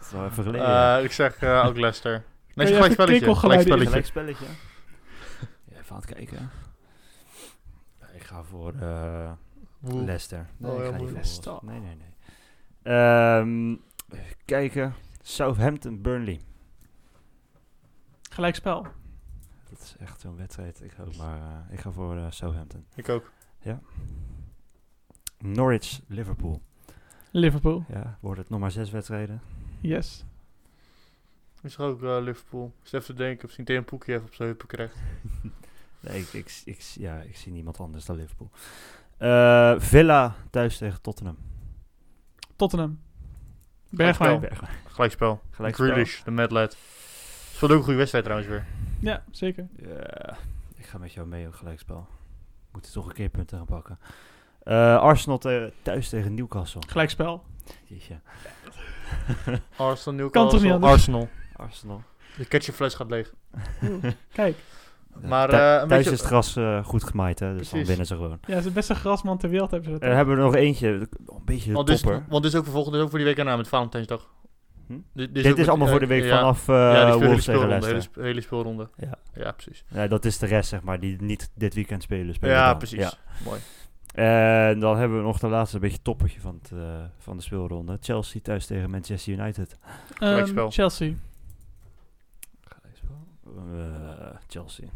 S4: is wel even geleden. ja.
S5: Eh, ik zeg eh, ook Leicester. Nee,
S3: je
S5: zeg
S3: even
S5: gelijk spelletje. Gelijk
S3: kinkelgeluiden
S5: spelletje.
S4: Gelijkspelletje. Ja, even aan het kijken. Ja, Ik ga voor eh
S5: Woe.
S4: Leicester. Nee,
S5: Oh,
S4: ik ga
S5: ja,
S4: niet
S5: moet-
S4: voor
S3: Leicester.
S4: Wolves. Nee, nee, nee. Ehm, even kijken. Southampton, Burnley.
S3: Gelijkspel.
S4: Dat is echt zo'n wedstrijd. Ik, hoop maar, eh, ik ga voor eh, Southampton.
S5: Ik ook.
S4: Norwich, Liverpool.
S3: Liverpool.
S4: Ja, wordt het nog maar zes wedstrijden.
S3: Yes.
S5: Ik zeg ook eh, Liverpool. Ik zit even te denken of hij een poekje heeft op zijn heupen krijgt.
S4: Nee, ik, ik, ik, ja, ik zie niemand anders dan Liverpool. Eh, Villa thuis tegen Tottenham.
S3: Tottenham. Bergwijn.
S5: Gelijkspel.
S4: Gelijk
S5: Grealish, de mad lad. Speelde ook een goede wedstrijd trouwens weer.
S3: Ja, zeker.
S4: Ja, Eh, ik ga met jou mee ook gelijkspel. We moeten toch een keer punten gaan pakken. Eh, Arsenal te- thuis tegen Newcastle.
S3: Gelijkspel.
S4: Jeetje.
S5: Arsenal,
S3: Kan toch niet
S5: Newcastle,
S3: anders?
S5: Arsenal.
S4: Arsenal.
S5: De ketchupfles gaat leeg.
S3: Kijk,
S4: Ja,
S5: Maar
S4: thu-
S5: eh,
S4: thuis
S5: een beetje...
S4: is het gras eh, goed gemaaid, hè, dus dan
S5: Precies.
S4: winnen ze gewoon.
S3: ja, ze is beste grasman ter wereld hebben ze dat.
S4: Er hebben we er nog eentje, een beetje de
S5: want dit, is,
S4: topper.
S5: want dus- dit is ook voor volgende, dit is ook voor die week erna met Valentijnsdag.
S4: Hm?
S5: Dit,
S4: Dit is allemaal voor de week
S5: vanaf.
S4: vanaf eh
S5: ja, die speel- hele
S4: Wolves tegen
S5: speelronde. Hele,
S4: Leicester.
S5: sp- hele speelronde.
S4: Ja.
S5: ja precies.
S4: Ja, dat is de rest, zeg maar, die niet dit weekend spelen. spelen
S5: Ja,
S4: dan.
S5: precies.
S4: Ja.
S5: Mooi.
S4: En dan hebben we nog de laatste een beetje toppertje van, het, eh, van de speelronde. Chelsea thuis tegen Manchester United.
S3: Ehm
S5: gelijkspel.
S3: Chelsea.
S4: Eh, Chelsea.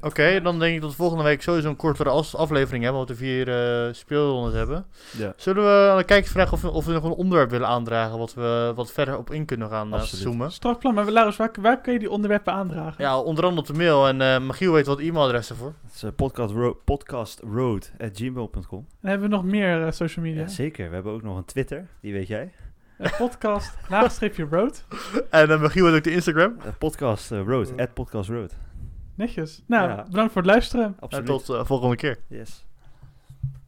S5: Oké, dan denk ik dat we volgende week sowieso een kortere as- aflevering hebben, want we vier eh speelrondes hebben.
S4: Ja.
S5: Zullen we aan de kijkers vragen of, of we nog een onderwerp willen aandragen, wat we wat verder op in kunnen gaan eh,
S4: Absoluut.
S5: zoomen?
S3: Strak plan, maar Laurens, waar, waar kun je die onderwerpen aandragen?
S5: Ja, onder andere op de mail en eh Michiel weet wat e-mailadressen voor.
S4: Het is eh, podcast ro- podcastroad at gmail.com.
S3: En hebben we nog meer eh, social media?
S4: Ja, zeker. We hebben ook nog een Twitter, die weet jij.
S3: Eh, podcast, laagstreepje road.
S5: En eh, Michiel heeft ook de Instagram.
S4: Eh, podcast eh, road, at podcast road.
S3: Netjes. Nou,
S4: Ja.
S3: bedankt voor het luisteren.
S5: En
S4: Absoluut.
S5: tot eh, volgende keer.
S4: Yes.